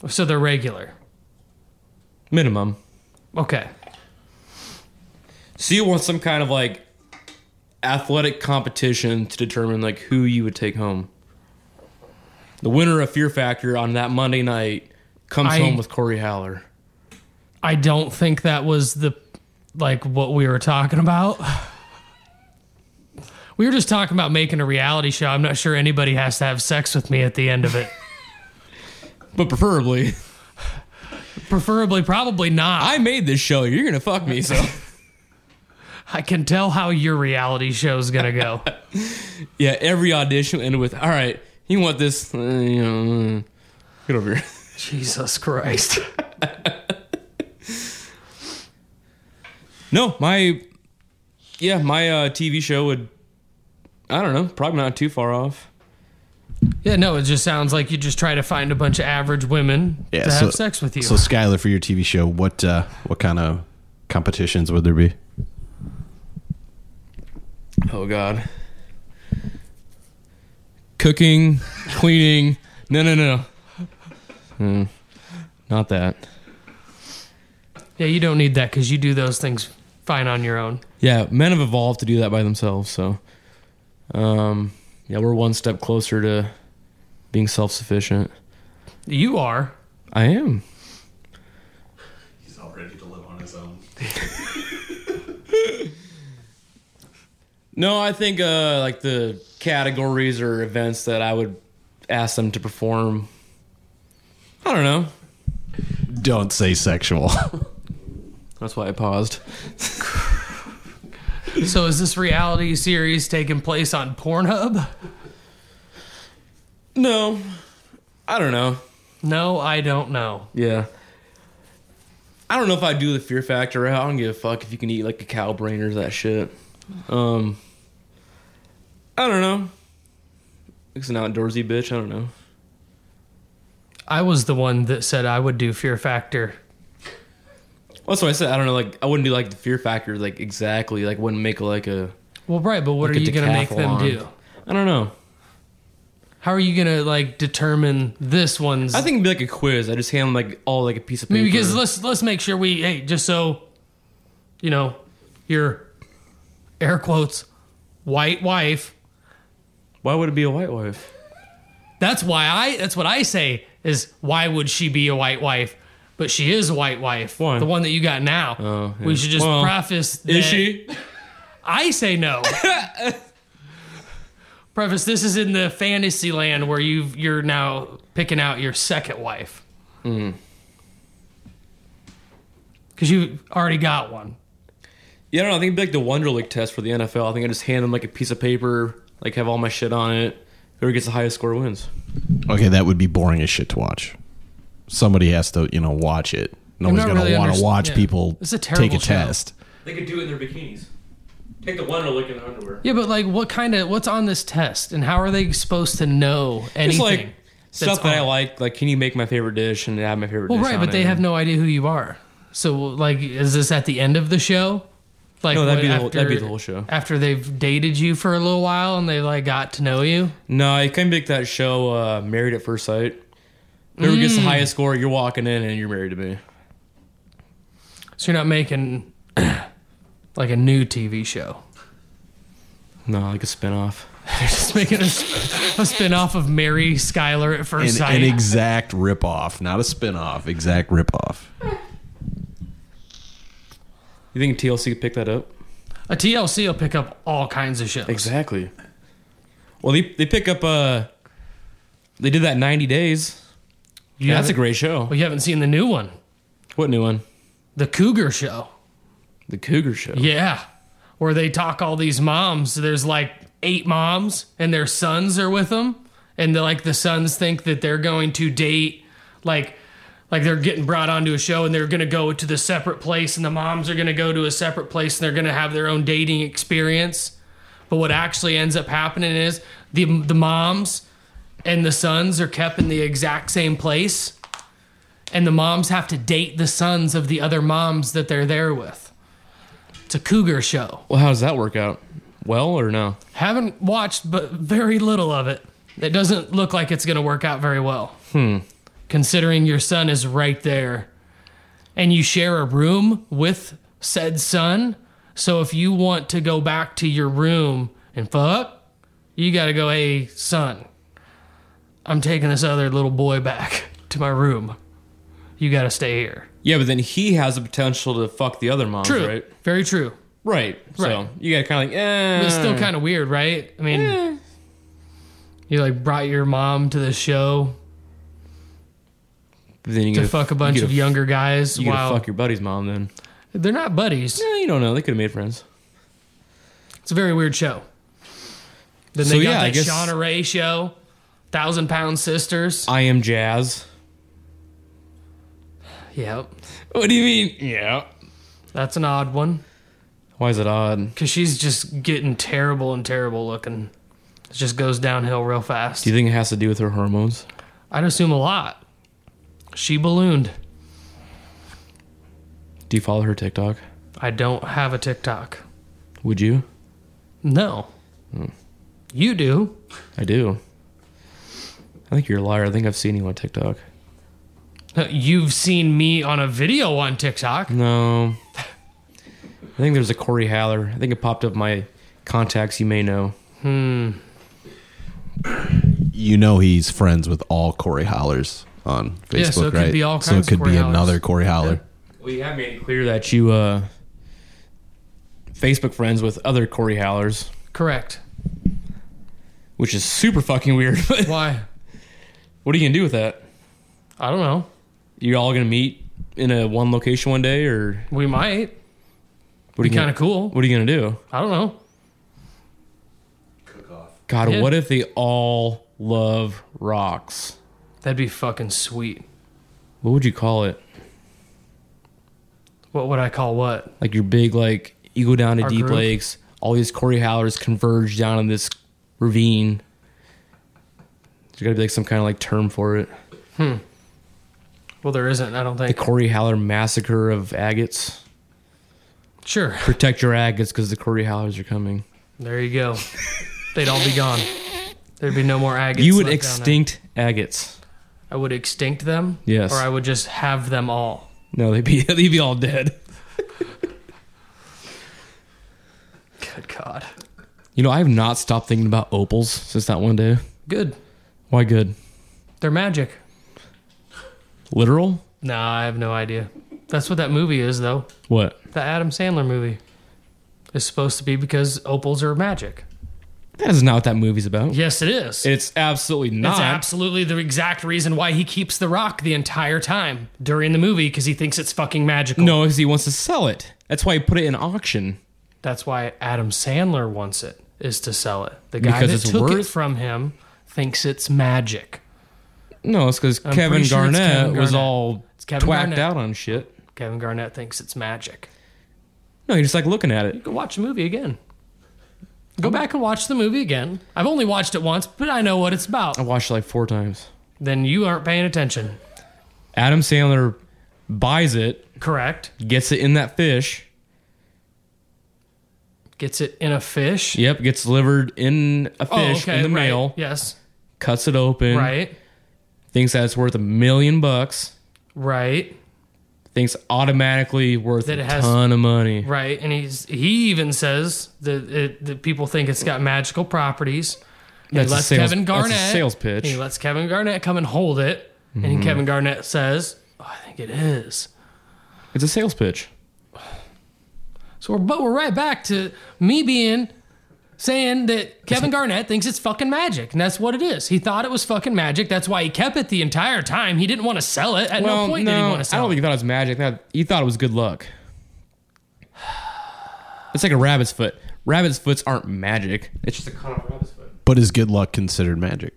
D: So they're regular.
C: Minimum.
D: Okay.
C: So you want some kind of like athletic competition to determine like who you would take home. The winner of Fear Factor on that Monday night comes
D: I-
C: home with Corey Haller.
D: I don't think that was the like what we were talking about. We were just talking about making a reality show. I'm not sure anybody has to have sex with me at the end of it.
C: But preferably,
D: Preferably, probably not.
C: I made this show. You're gonna fuck me, so
D: I can tell how your reality show is gonna go.
C: yeah. Every audition ended with, "All right, you want this? Uh, you know, uh, get over here."
D: Jesus Christ!
C: No, my yeah, my uh, TV show would. I don't know. Probably not too far off.
D: Yeah, no, it just sounds like you just try to find a bunch of average women to have
B: so-
D: sex with you.
B: So Skylar, for your TV show, what uh, what kind of competitions would there be?
C: Oh God. Cooking, cleaning. No, no, no. Hmm. not that.
D: yeah, you don't need that because you do those things fine on your own.
C: Yeah, men have evolved to do that by themselves. So, um, yeah, we're one step closer to being self-sufficient.
D: You are.
C: I am.
B: He's all ready to live on his own.
C: No, I think uh, like the categories or events that I would ask them to perform. I don't know.
B: Don't say sexual.
C: That's why I paused.
D: So is this reality series taking place on Pornhub?
C: No, I don't know.
D: No, I don't know.
C: Yeah. I don't know if I do the fear factor route. I don't give a fuck if you can eat like a cow brain or that shit. Um, I don't know. It's an outdoorsy bitch. I don't know.
D: I was the one that said I would do Fear Factor.
C: Well, that's what I said. I don't know. Like I wouldn't do like the fear factor like exactly. Like wouldn't make like a.
D: Well, right, but what
C: Like
D: are
C: a
D: you going to make them
C: decathlon.
D: do?
C: I don't know.
D: How are you going to like determine this one's?
C: I think it'd be like a quiz. I just hand them like all like a piece of
D: I
C: paper.
D: mean, because let's let's make sure we hey just so, you know, your air quotes white wife.
C: why would it be a white wife?
D: That's why I. That's what I say is why would she be a white wife? But she is a white wife.
C: Why?
D: The one that you got now.
C: Oh, yeah.
D: We should just
C: Well,
D: preface. that-
C: Is she?
D: I say no. preface this is in the fantasy land where you've you're now picking out your second wife.
C: Mm.
D: Because you already got one.
C: Yeah, I don't know. I think it'd be like the Wonderlic test for the NFL. I think I just hand them like a piece of paper, like have all my shit on it. Whoever gets the highest score wins.
B: Okay, that would be boring as shit to watch. Somebody has to, you know, watch it. No
D: I'm
B: one's
D: not
B: gonna
D: really
B: want to
D: underst-
B: watch
D: yeah.
B: people
D: It's a
B: take
D: terrible
B: a
D: show.
B: test.
C: They could do it in their bikinis. Take the Wonderlic in their underwear.
D: Yeah, but like, what kind of what's on this test, and how are they supposed to know
C: It's
D: anything?
C: like stuff that I
D: on.
C: like. Like, can you make my favorite dish and have my favorite
D: well,
C: dish?
D: right,
C: on
D: but they
C: it.
D: have no idea who you are. So, like, is this at the end of the show? Like,
C: No, that'd
D: what-
C: be the whole- that'd be the whole show.
D: After they've dated you for a little while and they like got to know you.
C: No, I can make that show uh, Married at First Sight. Whoever gets the highest score, you're walking in and you're married to me.
D: So you're not making like a new TV show.
C: No, like a spinoff.
D: They're just making a, sp- a spin-off of Mary Skyler at first
B: An,
D: sight.
B: an exact ripoff, not a spinoff. Exact ripoff.
C: You think TLC could pick that up?
D: a TLC will pick up all kinds of shows.
C: Exactly. Well, they they pick up. Uh, they did that 90 days.
D: You
C: that's a
D: haven't-
C: great show.
D: Well, you haven't seen the new one,
C: What new one?
D: the Cougar Show.
C: The Cougar Show.
D: Yeah, where they talk all these moms. There's like eight moms, and their sons are with them, and they're like the sons think that they're going to date, like, like they're getting brought onto a show, and they're gonna go to the separate place, and the moms are gonna go to a separate place, and they're gonna have their own dating experience. But what actually ends up happening is the the moms and the sons are kept in the exact same place. And the moms have to date the sons of the other moms that they're there with. It's a cougar show.
C: Well, how does that work out? Well or no?
D: Haven't watched but very little of it. It doesn't look like it's going to work out very well. Hmm. Considering your son is right there and you share a room with said son. So if you want to go back to your room and fuck, you got to go, hey, son, I'm taking this other little boy back to my room. You got to stay here.
C: Yeah, but then he has the potential to fuck the other moms,
D: True.
C: right?
D: Very true.
C: Right. So
D: Right.
C: you got kind of like, eh.
D: But it's still kind of weird, right? I mean, you like brought your mom to the show
C: But then you
D: to
C: get
D: fuck a
C: you
D: bunch
C: get
D: of
C: to-
D: younger guys.
C: You get to
D: Wow,
C: fuck your buddy's mom then.
D: they're not buddies.
C: Yeah, Eh, you don't know. They could have made friends.
D: It's a very weird show. Then
C: So,
D: they got
C: yeah, I
D: that
C: guess-
D: Shauna Ray show, Thousand Pound Sisters.
C: I am Jazz.
D: yep,
C: What do you mean? Yeah.
D: that's an odd one
C: Why is it odd?
D: because she's just getting terrible and terrible looking. It just goes downhill real fast.
C: Do you think it has to do with her hormones?
D: I'd assume a lot. She ballooned.
C: Do you follow her TikTok?
D: I don't have a TikTok.
C: Would you?
D: No.
C: Hmm.
D: You do.
C: I do. I think you're a liar. I think I've seen you on TikTok.
D: You've seen me on a video on TikTok.
C: No. I think there's a Corey Haller. I think it popped up my contacts you may know.
B: You know he's friends with all Corey Hollers on Facebook,
D: Yeah, so it could
B: right?
D: be all
B: so it
D: kinds of
B: could
D: Corey
B: be
D: Hollers.
B: another Corey Holler.
C: Well, you have made it clear that you uh Facebook friends with other Corey Hallers,
D: Correct.
C: which is super fucking weird. But
D: Why?
C: what are you gonna do with that?
D: I don't know.
C: You all gonna meet in a one location one day, or
D: We might.
C: what are
D: Be
C: you
D: kind
C: gonna,
D: of cool.
C: What are you gonna do?
D: I don't know.
C: God,
D: Yeah.
C: what if they all love rocks?
D: That'd be fucking sweet.
C: What would you call it?
D: What would I call what?
C: Like your big like you go down to
D: Our
C: deep
D: group?
C: lakes, all these Corey Howlers converge down in this ravine. There's gotta be like some kind of like term for it.
D: Well, there isn't. I don't
C: The
D: think.
C: Corey Howler massacre of agates.
D: Sure.
C: Protect your agates because the Corey Howlers are coming.
D: There you go. They'd all be gone. There'd be no more agates.
C: you would
D: left down there.
C: extinct agates.
D: I would extinct them.
C: Yes.
D: Or I would just have them all.
C: No, they'd be they'd be all dead.
D: Good God.
C: You know, I have not stopped thinking about opals since that one day.
D: Good.
C: Why good?
D: They're magic.
C: Literal?
D: Nah, I have no idea. That's what that movie is, though.
C: What?
D: The Adam Sandler movie is supposed to be because opals are magic.
C: That is not what that movie's about.
D: Yes, it is.
C: It's absolutely not.
D: That's absolutely the exact reason why he keeps the rock the entire time during the movie because he thinks it's fucking magical.
C: no, because he wants to sell it. That's why he put it in auction.
D: That's why Adam Sandler wants it is to sell it. The guy
C: Because
D: that
C: it's
D: took it
C: worth-
D: from him thinks it's magic.
C: No, it's because Kevin,
D: pretty sure it's
C: Garnett
D: Kevin
C: was
D: Garnett.
C: all
D: It's Kevin
C: twacked
D: Garnett.
C: out on shit.
D: Kevin Garnett thinks it's magic.
C: No, you just like looking at it.
D: Go watch the movie again. Go back and watch the movie again. I've only watched it once, but I know what it's about.
C: I watched it like four times.
D: Then you aren't paying attention.
C: Adam Sandler buys it,
D: Correct.
C: gets it in that fish.
D: Gets it in a fish.
C: Yep, gets delivered in a fish in the
D: Oh, right.
C: mail.
D: Yes.
C: Cuts it open.
D: Right.
C: Thinks that it's worth a million bucks.
D: Right.
C: Thinks automatically worth
D: That
C: a
D: it has-
C: ton of money.
D: Right, and he's he even says that, it, that people think it's got magical properties. And
C: That's
D: he
C: a
D: lets
C: sales-
D: Kevin
C: that's a
D: Garnett
C: sales pitch. Mm-hmm.
D: He lets Kevin Garnett come and hold it, and Kevin Garnett says, oh, "I think it is."
C: It's a sales pitch.
D: So, we're, but we're right back to me being saying that Kevin Garnett thinks it's fucking magic, and that's what it is. He thought it was fucking magic. That's why he kept it the entire time. He didn't want to sell it. At
C: Well,
D: no point
C: no,
D: did he
C: I
D: want
C: don't
D: to sell
C: think
D: it.
C: he thought it was magic. That- He thought it was good luck. It's like a rabbit's foot. Rabbit's foots aren't magic. It's just a kind of rabbit's foot.
B: But is good luck considered magic?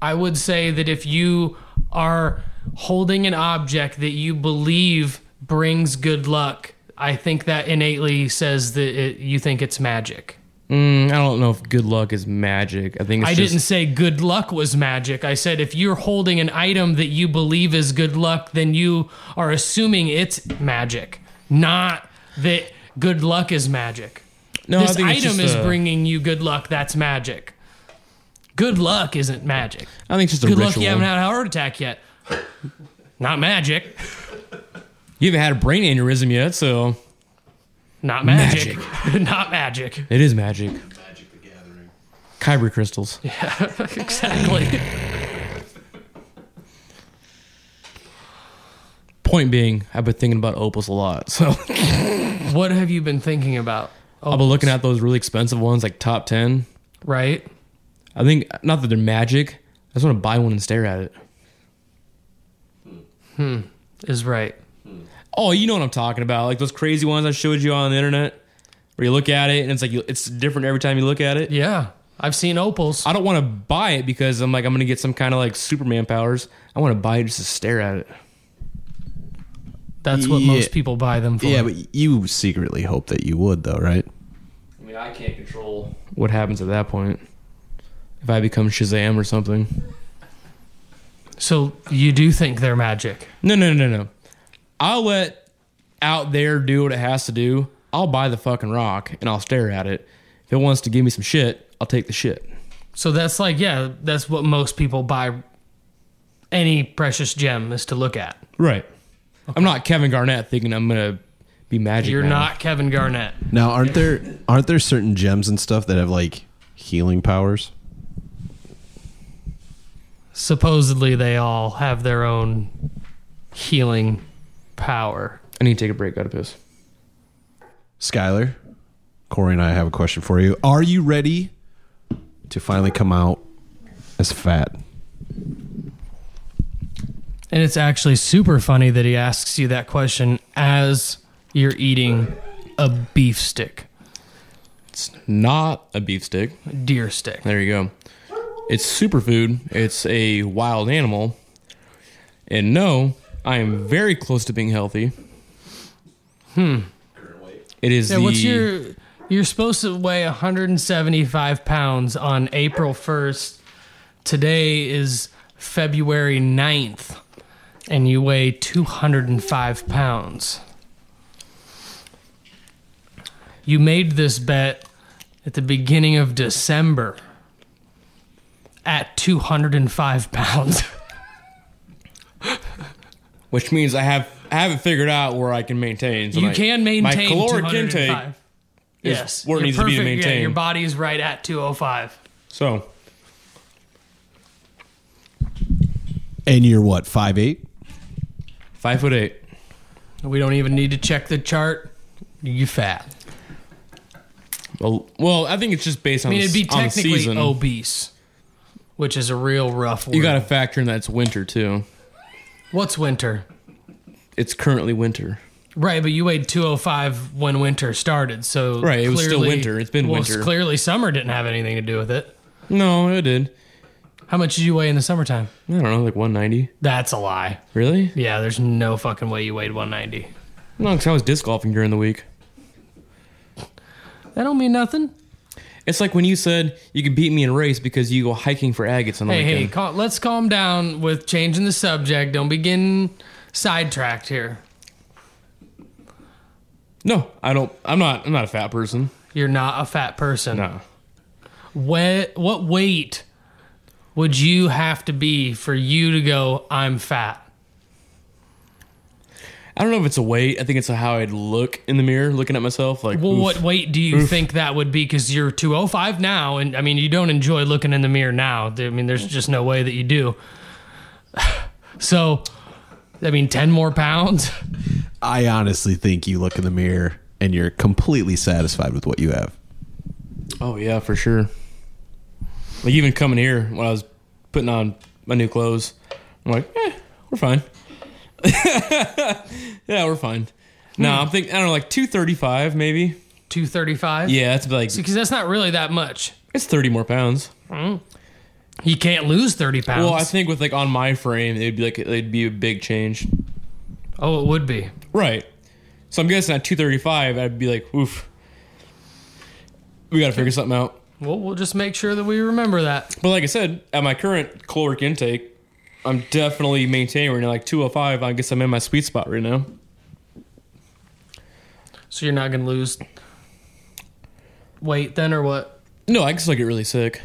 D: I would say that if you are holding an object that you believe brings good luck, I think that innately says that it, you think it's magic.
C: Mm, I don't know if good luck is magic. I think it's
D: I
C: just,
D: didn't say good luck was magic. I said if you're holding an item that you believe is good luck, then you are assuming it's magic, not that good luck is magic.
C: No, I
D: this
C: think it's
D: item
C: just
D: is
C: a-
D: bringing you good luck. That's magic. Good luck isn't magic.
C: I think it's just a
D: Good
C: ritual.
D: luck you haven't had a heart attack yet. Not magic.
C: You haven't had a brain aneurysm yet, so
D: Not magic. Not magic.
C: it is magic. Magic the Gathering. Kyber crystals.
D: Exactly.
C: Point being, I've been thinking about opals a lot, so
D: what have you been thinking about? Oh,
C: I've been looking at those really expensive ones, like top ten.
D: right?
C: I think not that they're magic. I just want to buy one and stare at it.
D: Is right.
C: Oh, you know what I'm talking about? Like those crazy ones I showed you on the internet, where you look at it and it's like you, it's different every time you look at it.
D: Yeah. I've seen opals.
C: I don't want to buy it because I'm like I'm gonna get some kind of like Superman powers. I want to buy it just to stare at it.
D: That's what
B: Yeah.
D: most people buy them for.
B: Yeah, but you secretly hope that you would, though, right?
C: I mean, I can't control what happens at that point. If I become Shazam or something.
D: So you do think they're magic.
C: No, no, no, no. I'll let out there do what it has to do. I'll buy the fucking rock and I'll stare at it. If it wants to give me some shit, I'll take the shit.
D: So that's like, yeah, that's what most people buy any precious gem is to look at.
C: Right. I'm not Kevin Garnett thinking I'm gonna be magic.
D: You're
C: man.
D: not Kevin Garnett.
B: Now, aren't there aren't there certain gems and stuff that have like healing powers?
D: Supposedly they all have their own healing power.
C: I need to take a break. Gotta piss.
B: Skylar, Corey, and I have a question for you. Are you ready to finally come out as fat?
D: And it's actually super funny that he asks you that question as you're eating a beef stick,
C: It's not a beef stick.
D: deer stick.
C: There you go. It's superfood. It's a wild animal. And no, I am very close to being healthy. Hmm. It is
D: Hmm. Yeah,
C: the
D: what's your you're supposed to weigh 175 pounds on April 1st. Today is February 9th, and you weigh 205 pounds. You made this bet at the beginning of December at 205 pounds.
C: which means I have I haven't figured out where I can maintain. So
D: you
C: my-
D: can maintain
C: my caloric
D: 205.
C: intake. is
D: yes,
C: where it
D: you're
C: needs to be to
D: Yeah,
C: maintain.
D: your body's right at 205.
C: So
B: And you're what five eight?
C: five foot eight.
D: We don't even need to check the chart. You fat.
C: Well, well, I think it's just based on.
D: I mean,
C: the
D: it'd be
C: s- on the
D: technically
C: season.
D: obese, which is a real rough word.
C: You got to factor in that it's winter too.
D: What's winter?
C: It's currently winter.
D: Right, but you weighed 205 when winter started, so
C: Right, it was still winter. It's been
D: well,
C: winter.
D: Clearly, summer didn't have anything to do with it.
C: No, it did.
D: How much did you weigh in the summertime?
C: I don't know, like 190.
D: That's a lie.
C: Really?
D: Yeah, there's no fucking way you weighed 190.
C: No, because I was disc golfing during the week.
D: That don't mean nothing.
C: It's like when you said you could beat me in a race because you go hiking for agates on the
D: Hey,
C: weekend.
D: hey, cal- let's calm down with changing the subject. Don't begin sidetracked here.
C: No, I don't. I'm not. I'm not a fat person.
D: You're not a fat person.
C: No.
D: What what weight would you have to be for you to go? I'm fat.
C: I don't know if it's a weight. I think it's how I'd look in the mirror, looking at myself. Like,
D: Well,
C: oof.
D: what weight do you think that would be? Because you're 205 now, and I mean, you don't enjoy looking in the mirror now. I mean, there's just no way that you do. So, I mean, 10 more pounds.
B: I honestly think you look in the mirror and you're completely satisfied with what you have.
C: Oh yeah, for sure. Like even coming here when I was putting on my new clothes, I'm like, eh, we're fine. yeah, we're fine. No,
D: Hmm.
C: I'm thinking. I don't know, like two thirty-five maybe.
D: 235.
C: Yeah, that's like
D: Because that's not really that much.
C: it's thirty more pounds.
D: You can't lose 30 pounds.
C: Well, I think with like on my frame, it'd be like it'd be a big change.
D: oh, it would be.
C: Right. So I'm guessing at 235, I'd be like, oof. We got to figure something out.
D: Well, we'll just make sure that we remember that.
C: But like I said, at my current caloric intake, I'm definitely maintaining right now, like 205. I guess I'm in my sweet spot right now.
D: So you're not going to lose weight then, or what?
C: No, I can still get really sick.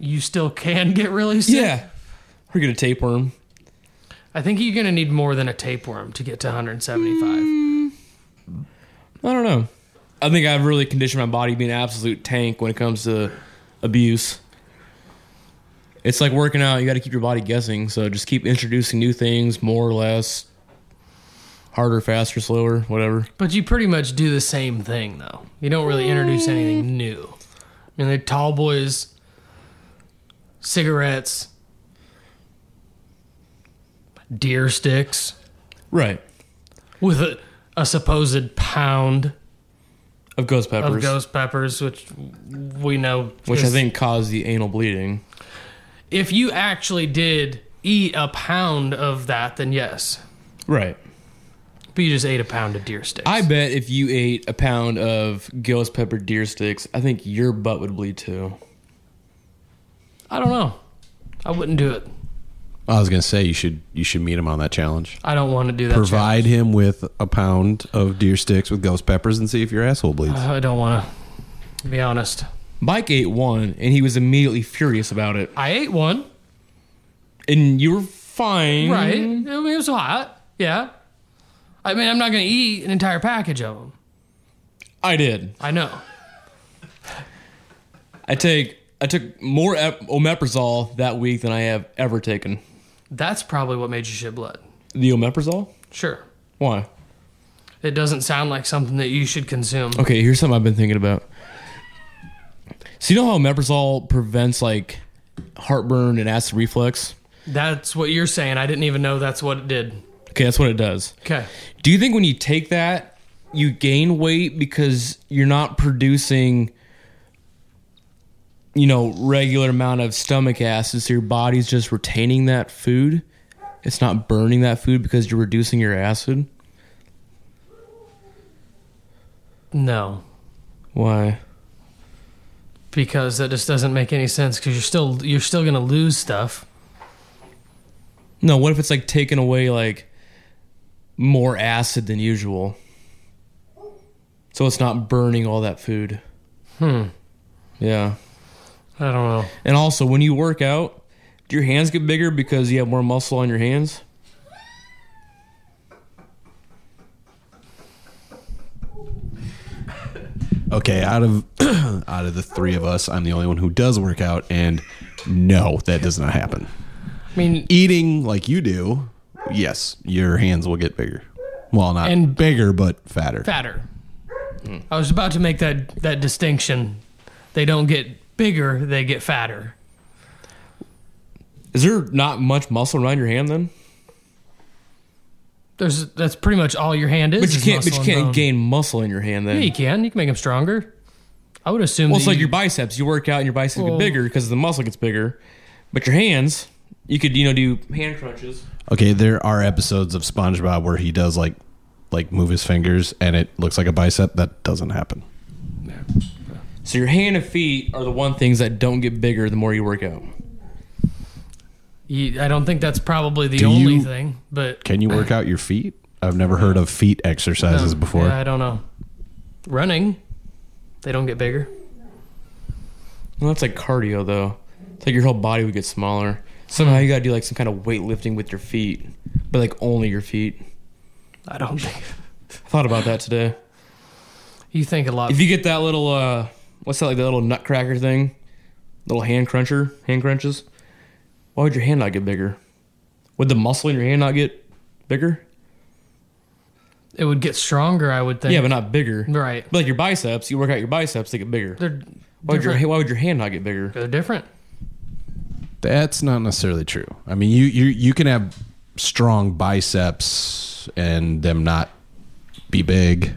D: You still can get really sick.
C: Yeah. We're going to tapeworm.
D: I think you're going to need more than a tapeworm to get to 175.
C: I don't know. I think I've really conditioned my body to be an absolute tank when it comes to abuse. It's like working out, you got to keep your body guessing. So just keep introducing new things, more or less, harder, faster, slower, whatever.
D: But you pretty much do the same thing, though. You don't really introduce anything new. I mean, the tall boys, cigarettes, deer sticks
C: Right.
D: with a, a supposed pound
C: Of ghost peppers.
D: of ghost peppers, which we know.
C: which I
D: is-
C: think caused the anal bleeding.
D: if you actually did eat a pound of that, then yes.
C: Right.
D: But you just ate a pound of deer sticks.
C: I bet if you ate a pound of ghost pepper deer sticks, I think your butt would bleed too.
D: I don't know. I wouldn't do it.
B: I was gonna say you should you should meet him on that challenge.
D: I don't want to do that. Chad.
B: Provide him with a pound of deer sticks with ghost peppers and see if your asshole bleeds.
D: I don't want to be honest.
C: Mike ate one and he was immediately furious about it.
D: I ate one,
C: And you were fine.
D: right?
C: Mm-hmm.
D: I mean, it was hot. Yeah. I mean, I'm not going to eat an entire package of them.
C: I did.
D: I know.
C: I take I took more ep- omeprazole that week than I have ever taken.
D: That's probably what made you shit blood.
C: The omeprazole?
D: Sure.
C: Why?
D: It doesn't sound like something that you should consume.
C: Okay, here's something I've been thinking about. So you know how omeprazole prevents like heartburn and acid reflux?
D: That's what you're saying. I didn't even know that's what it did.
C: Okay, that's what it does.
D: Okay.
C: Do you think when you take that, you gain weight because you're not producing, you know, regular amount of stomach acid, so your body's just retaining that food? It's not burning that food because you're reducing your acid?
D: No,
C: Why?
D: because that just doesn't make any sense. Because you're still you're still going to lose stuff.
C: No, what if it's like taking away like more acid than usual? So it's not burning all that food. Hmm. Yeah.
D: I don't know.
C: And also, when you work out, do your hands get bigger because you have more muscle on your hands?
B: Okay, out of out of the three of us, I'm the only one who does work out, and no, that does not happen.
D: I mean,
B: Eating like you do, yes, your hands will get bigger. Well, not
D: And-
B: bigger, but fatter.
D: fatter.
C: Hmm.
D: I was about to make that that distinction. They don't get bigger; they get fatter.
C: Is there not much muscle around your hand then?
D: There's that's pretty much all your hand is.
C: But you
D: is
C: can't. But you
D: muscle and
C: can't
D: bone.
C: gain muscle in your hand then.
D: Yeah, you can. You can make them stronger. I would assume.
C: Well,
D: that
C: it's like
D: you-
C: your biceps. You work out and your biceps get
D: Well-
C: bigger because the muscle gets bigger. But your hands, you could you know do hand crunches.
B: Okay, there are episodes of SpongeBob where he does like like move his fingers and it looks like a bicep. That doesn't happen.
C: So your hand and feet are the one things that don't get bigger the more you work out.
D: you- I don't think that's probably the
B: Do
D: only
B: you-
D: thing. But
B: Can you work out your feet? I've never heard of feet exercises
D: Oh,
B: before.
D: Yeah, I don't know. Running, they don't get bigger.
C: Well, that's like cardio though. It's like your whole body would get smaller. Somehow you gotta do like some kind of weightlifting with your feet, but like only your feet.
D: I don't think
C: I thought about that today.
D: you think a lot.
C: If you get that little uh, what's that like that little nutcracker thing, little hand cruncher, hand crunches. Why would your hand not get bigger? Would the muscle in your hand not get bigger?
D: it would get stronger. I would think.
C: Yeah, but not bigger.
D: right.
C: But like your biceps, you work out your biceps, they get bigger.
D: They're
C: Why would, your,
D: different.
C: why would your hand not get bigger?
D: They're different.
B: That's not necessarily true. I mean, you you you can have strong biceps and them not be big.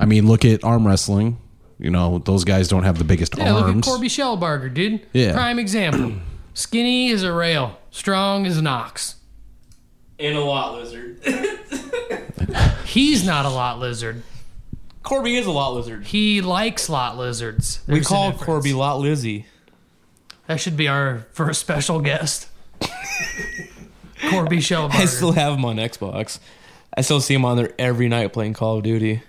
B: I mean, look at arm wrestling. You know, those guys don't have the biggest
D: Yeah, look at
B: arms.
D: Corby Shellbarger, dude.
B: Yeah.
D: Prime example. Skinny as a rail, strong as an ox.
C: In a lot lizard.
D: He's not a lot lizard.
C: Corby is a lot lizard.
D: He likes lot lizards.
C: We
D: There's a
C: call
D: difference.
C: Corby Lot Lizzie.
D: That should be our first special guest. Corby
C: I
D: Shellbarger.
C: still have him on Xbox. I still see him on there every night playing Call of Duty.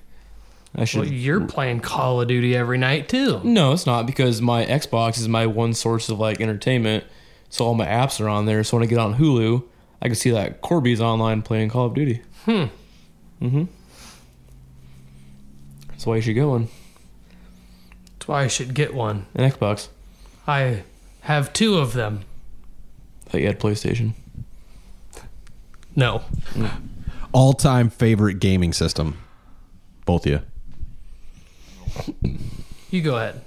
C: I should.
D: Well, you're playing Call of Duty every night too.
C: no, it's not because my Xbox is my one source of like entertainment. So all my apps are on there. So when I get on Hulu, I can see that Corby's online playing Call of Duty. Hmm. Mm-hmm. That's why you should get one.
D: That's why I should get one.
C: An Xbox.
D: I have two of them.
C: Thought you had PlayStation.
D: No.
B: All time favorite gaming system. Both of you.
D: You go ahead.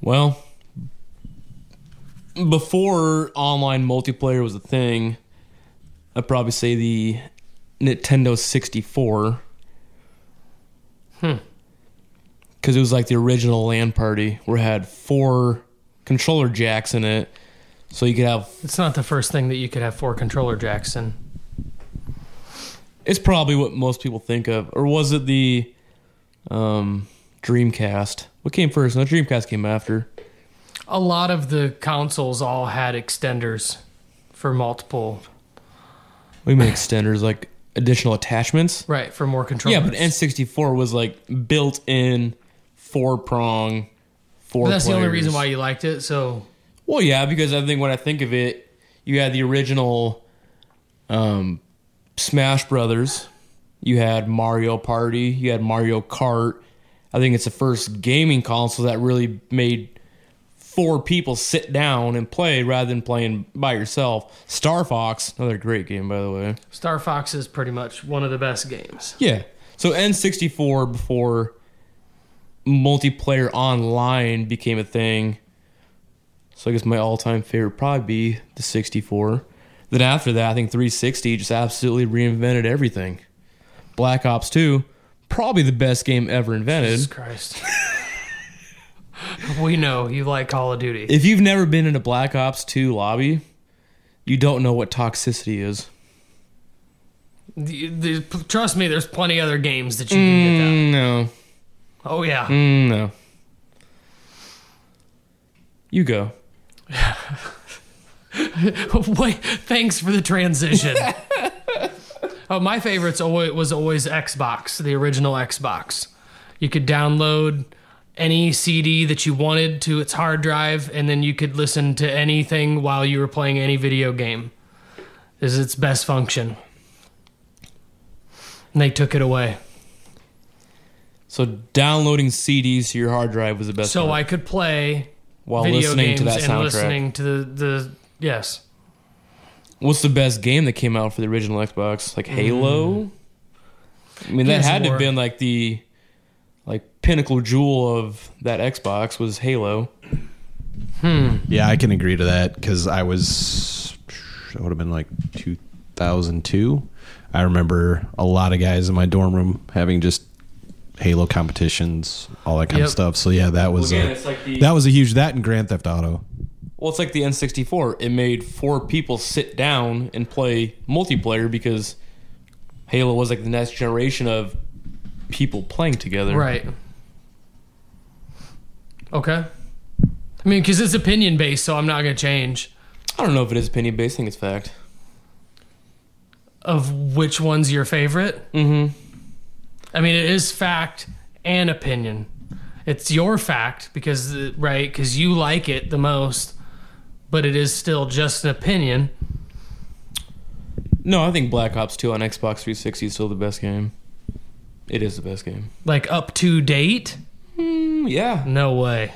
C: Well, before online multiplayer was a thing, I'd probably say the Nintendo 64. Hmm. Because it was like the original LAN party where it had four controller jacks in it. So you could have.
D: It's not the first thing that you could have four controller Jackson.
C: It's probably what most people think of. Or was it the um, Dreamcast? What came first? No, Dreamcast came after.
D: A lot of the consoles all had extenders for multiple
C: We made extenders, like additional attachments.
D: Right, for more controllers.
C: Yeah, but N64 was like built in four prong, four.
D: But that's the only
C: players.
D: reason why you liked it. So
C: Well, yeah, because I think when I think of it, you had the original um, Smash Brothers, you had Mario Party, you had Mario Kart. I think it's the first gaming console that really made four people sit down and play rather than playing by yourself. Star Fox, another great game, by the way.
D: Star Fox is pretty much one of the best games.
C: Yeah. So N64 before multiplayer online became a thing. So I guess my all-time favorite would probably be the 64. Then after that, I think 360 just absolutely reinvented everything. Black Ops 2, probably the best game ever
D: Jesus
C: invented.
D: Christ. we know you like Call of Duty.
C: If you've never been in a Black Ops 2 lobby, you don't know what toxicity is.
D: The- the- trust me, there's plenty other games that you can get that.
C: Mm, No.
D: Oh yeah.
C: Mm, no. You go.
D: Wait, thanks for the transition. oh, my favorites always, was always Xbox, the original Xbox. You could download any CD that you wanted to its hard drive, and then you could listen to anything while you were playing any video game. Is its best function. And they took it away,
C: So downloading CDs to your hard drive was the best.
D: so
C: part,
D: I could play
C: while
D: video
C: listening
D: games
C: to that
D: and
C: soundtrack.
D: listening to the, the yes.
C: What's the best game that came out for the original Xbox? Like Halo. I mean, that
D: Mm. Gears of
C: had to
D: War.
C: have been like the like pinnacle jewel of that Xbox was Halo.
B: Yeah, I can agree to that because I was, it would have been like 2002. I remember a lot of guys in my dorm room having just Halo competitions, all that kind
D: Yep.
B: of stuff. So yeah, that was
C: again,
B: a,
C: it's like the-
B: that was a huge that and Grand Theft Auto.
C: Well, it's like the N64. It made four people sit down and play multiplayer because Halo was like the next generation of people playing together.
D: Right. Okay. I mean, because it's opinion based, so I'm not going to change
C: I don't know if it is opinion based. I think it's fact.
D: of which one's your favorite. Mm hmm. I mean, it is fact and opinion. It's your fact because, uh, right, because you like it the most, but it is still just an opinion.
C: No, I think Black Ops 2 on Xbox 360 is still the best game. It is the best game.
D: Like up to date?
C: Mm, yeah.
D: No way.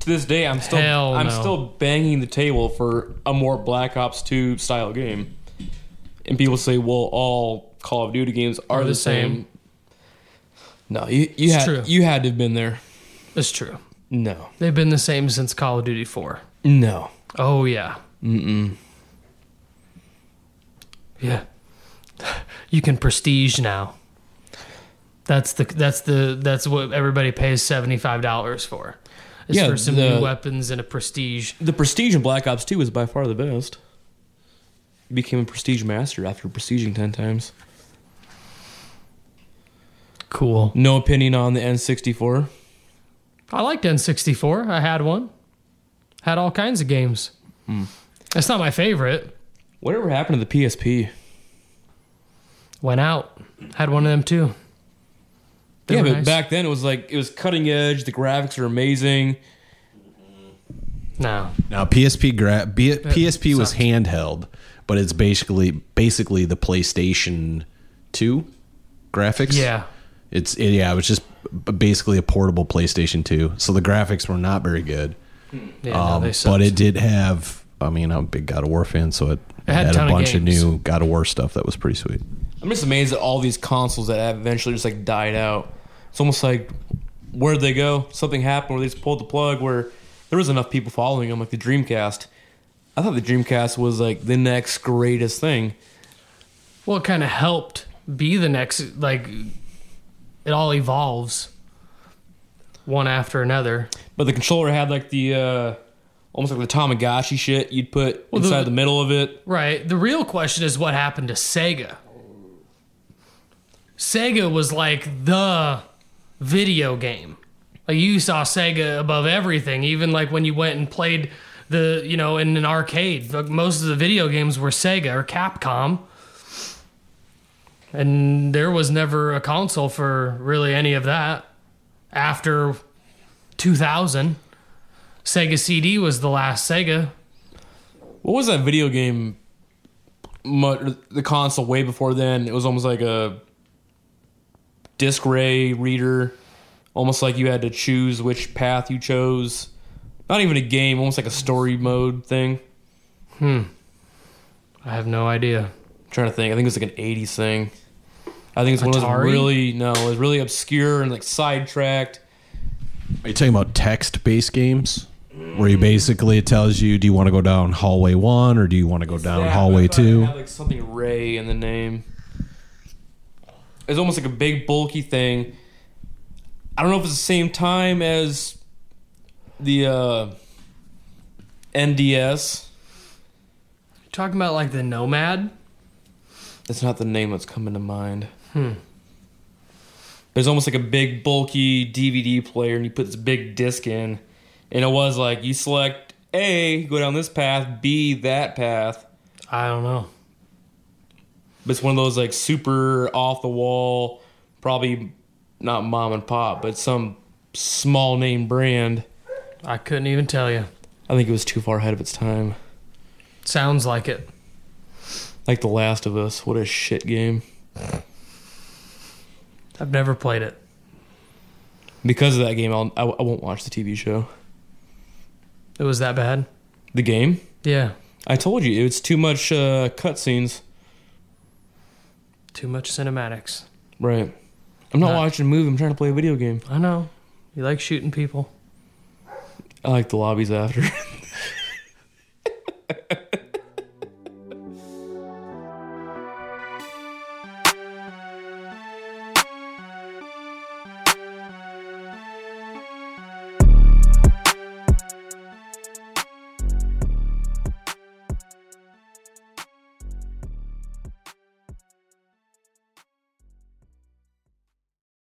C: To this day, I'm still
D: Hell
C: I'm
D: no.
C: still banging the table for a more Black Ops 2 style game. And people say, "Well, all Call of Duty games are the,
D: the
C: same.
D: same.
C: No, you you had
D: true.
C: you had to have been there.
D: It's true.
C: No,
D: They've been the same since Call of Duty 4.
C: no.
D: Oh yeah. Mm-mm. Yeah. You can prestige now. That's the that's the that's what everybody pays seventy five dollars for. Is
C: Yeah,
D: for some
C: the-
D: new weapons and a prestige.
C: The Prestige in Black Ops 2 is by far the best. Became a Prestige master after prestiging ten times.
D: Cool.
C: No opinion on the N64.
D: I liked N sixty four. I had one. Had all kinds of games.
C: Hmm.
D: That's not my favorite.
C: Whatever happened to the PSP?
D: Went out. Had one of them too. They
C: yeah,
D: were
C: but
D: nice.
C: back then it was like it was cutting edge. The graphics are amazing.
D: No.
B: Now PSP gra- B- PSP was
D: sucked.
B: handheld, but it's basically basically the PlayStation 2 graphics.
D: Yeah.
B: It's it, yeah, it was just b- basically a portable PlayStation 2. So the graphics were not very good.
D: Yeah. no,
B: Um,
D: they sucked.
B: but it did have. I mean, I'm a big God of War fan, so it,
D: It had a
B: had,
D: ton
B: a
D: of
B: bunch of,
D: games.
B: new God of War stuff that was pretty sweet.
C: I'm just amazed at all these consoles that have eventually just like died out. It's almost like where'd they go? Something happened where they just pulled the plug. Where there was enough people following them, like the Dreamcast. I thought the Dreamcast was like the next greatest thing.
D: Well, it kind of helped be the next, like, it all evolves one after another.
C: But the controller had like the uh, almost like the Tamagotchi shit you'd put
D: the-
C: inside the, middle of it.
D: Right. The real question is what happened to Sega? Sega was like the video game. Like you saw Sega above everything, even like when you went and played the, you know, in an arcade. Like most of the video games were Sega or Capcom. And there was never a console for really any of that after 2000. Sega CD was the last Sega.
C: What was that video game? mu- The console way before then, it was almost like a disc ray reader, almost like you had to choose which path you chose. Not even a game, almost like a story mode thing.
D: I have no idea.
C: I'm trying to think, I think it was like an '80s thing. I think it's one of
D: Atari?
C: those really no, it was really obscure and like sidetracked.
B: Are you talking about text-based games, where you basically it tells you, do you want to go down hallway one or do you want to go down
C: Yeah, but
B: hallway
C: if I
B: two?
C: Had like something Ray in the name. It's almost like a big bulky thing. I don't know if it's the same time as the uh, NDS.
D: Talking about like the Nomad.
C: That's not the name that's coming to mind. Hmm. There's almost like a big bulky DVD player, and you put this big disc in, and it was like you select A, go down this path, B that path.
D: I don't know.
C: But it's one of those like super off the wall, probably not mom and pop, but some small name brand.
D: I couldn't even tell you.
C: I think it was too far ahead of its time.
D: Sounds like it.
C: Like The Last of Us, what a shit game.
D: I've never played it.
C: Because of that game, I'll, I, I won't watch the TV show.
D: It was that bad.
C: The game?
D: Yeah.
C: I told you, it's too much uh, cutscenes.
D: Too much cinematics.
C: Right. I'm not watching a movie. I'm trying to play a video game.
D: I know. You like shooting people.
C: I like the lobbies after.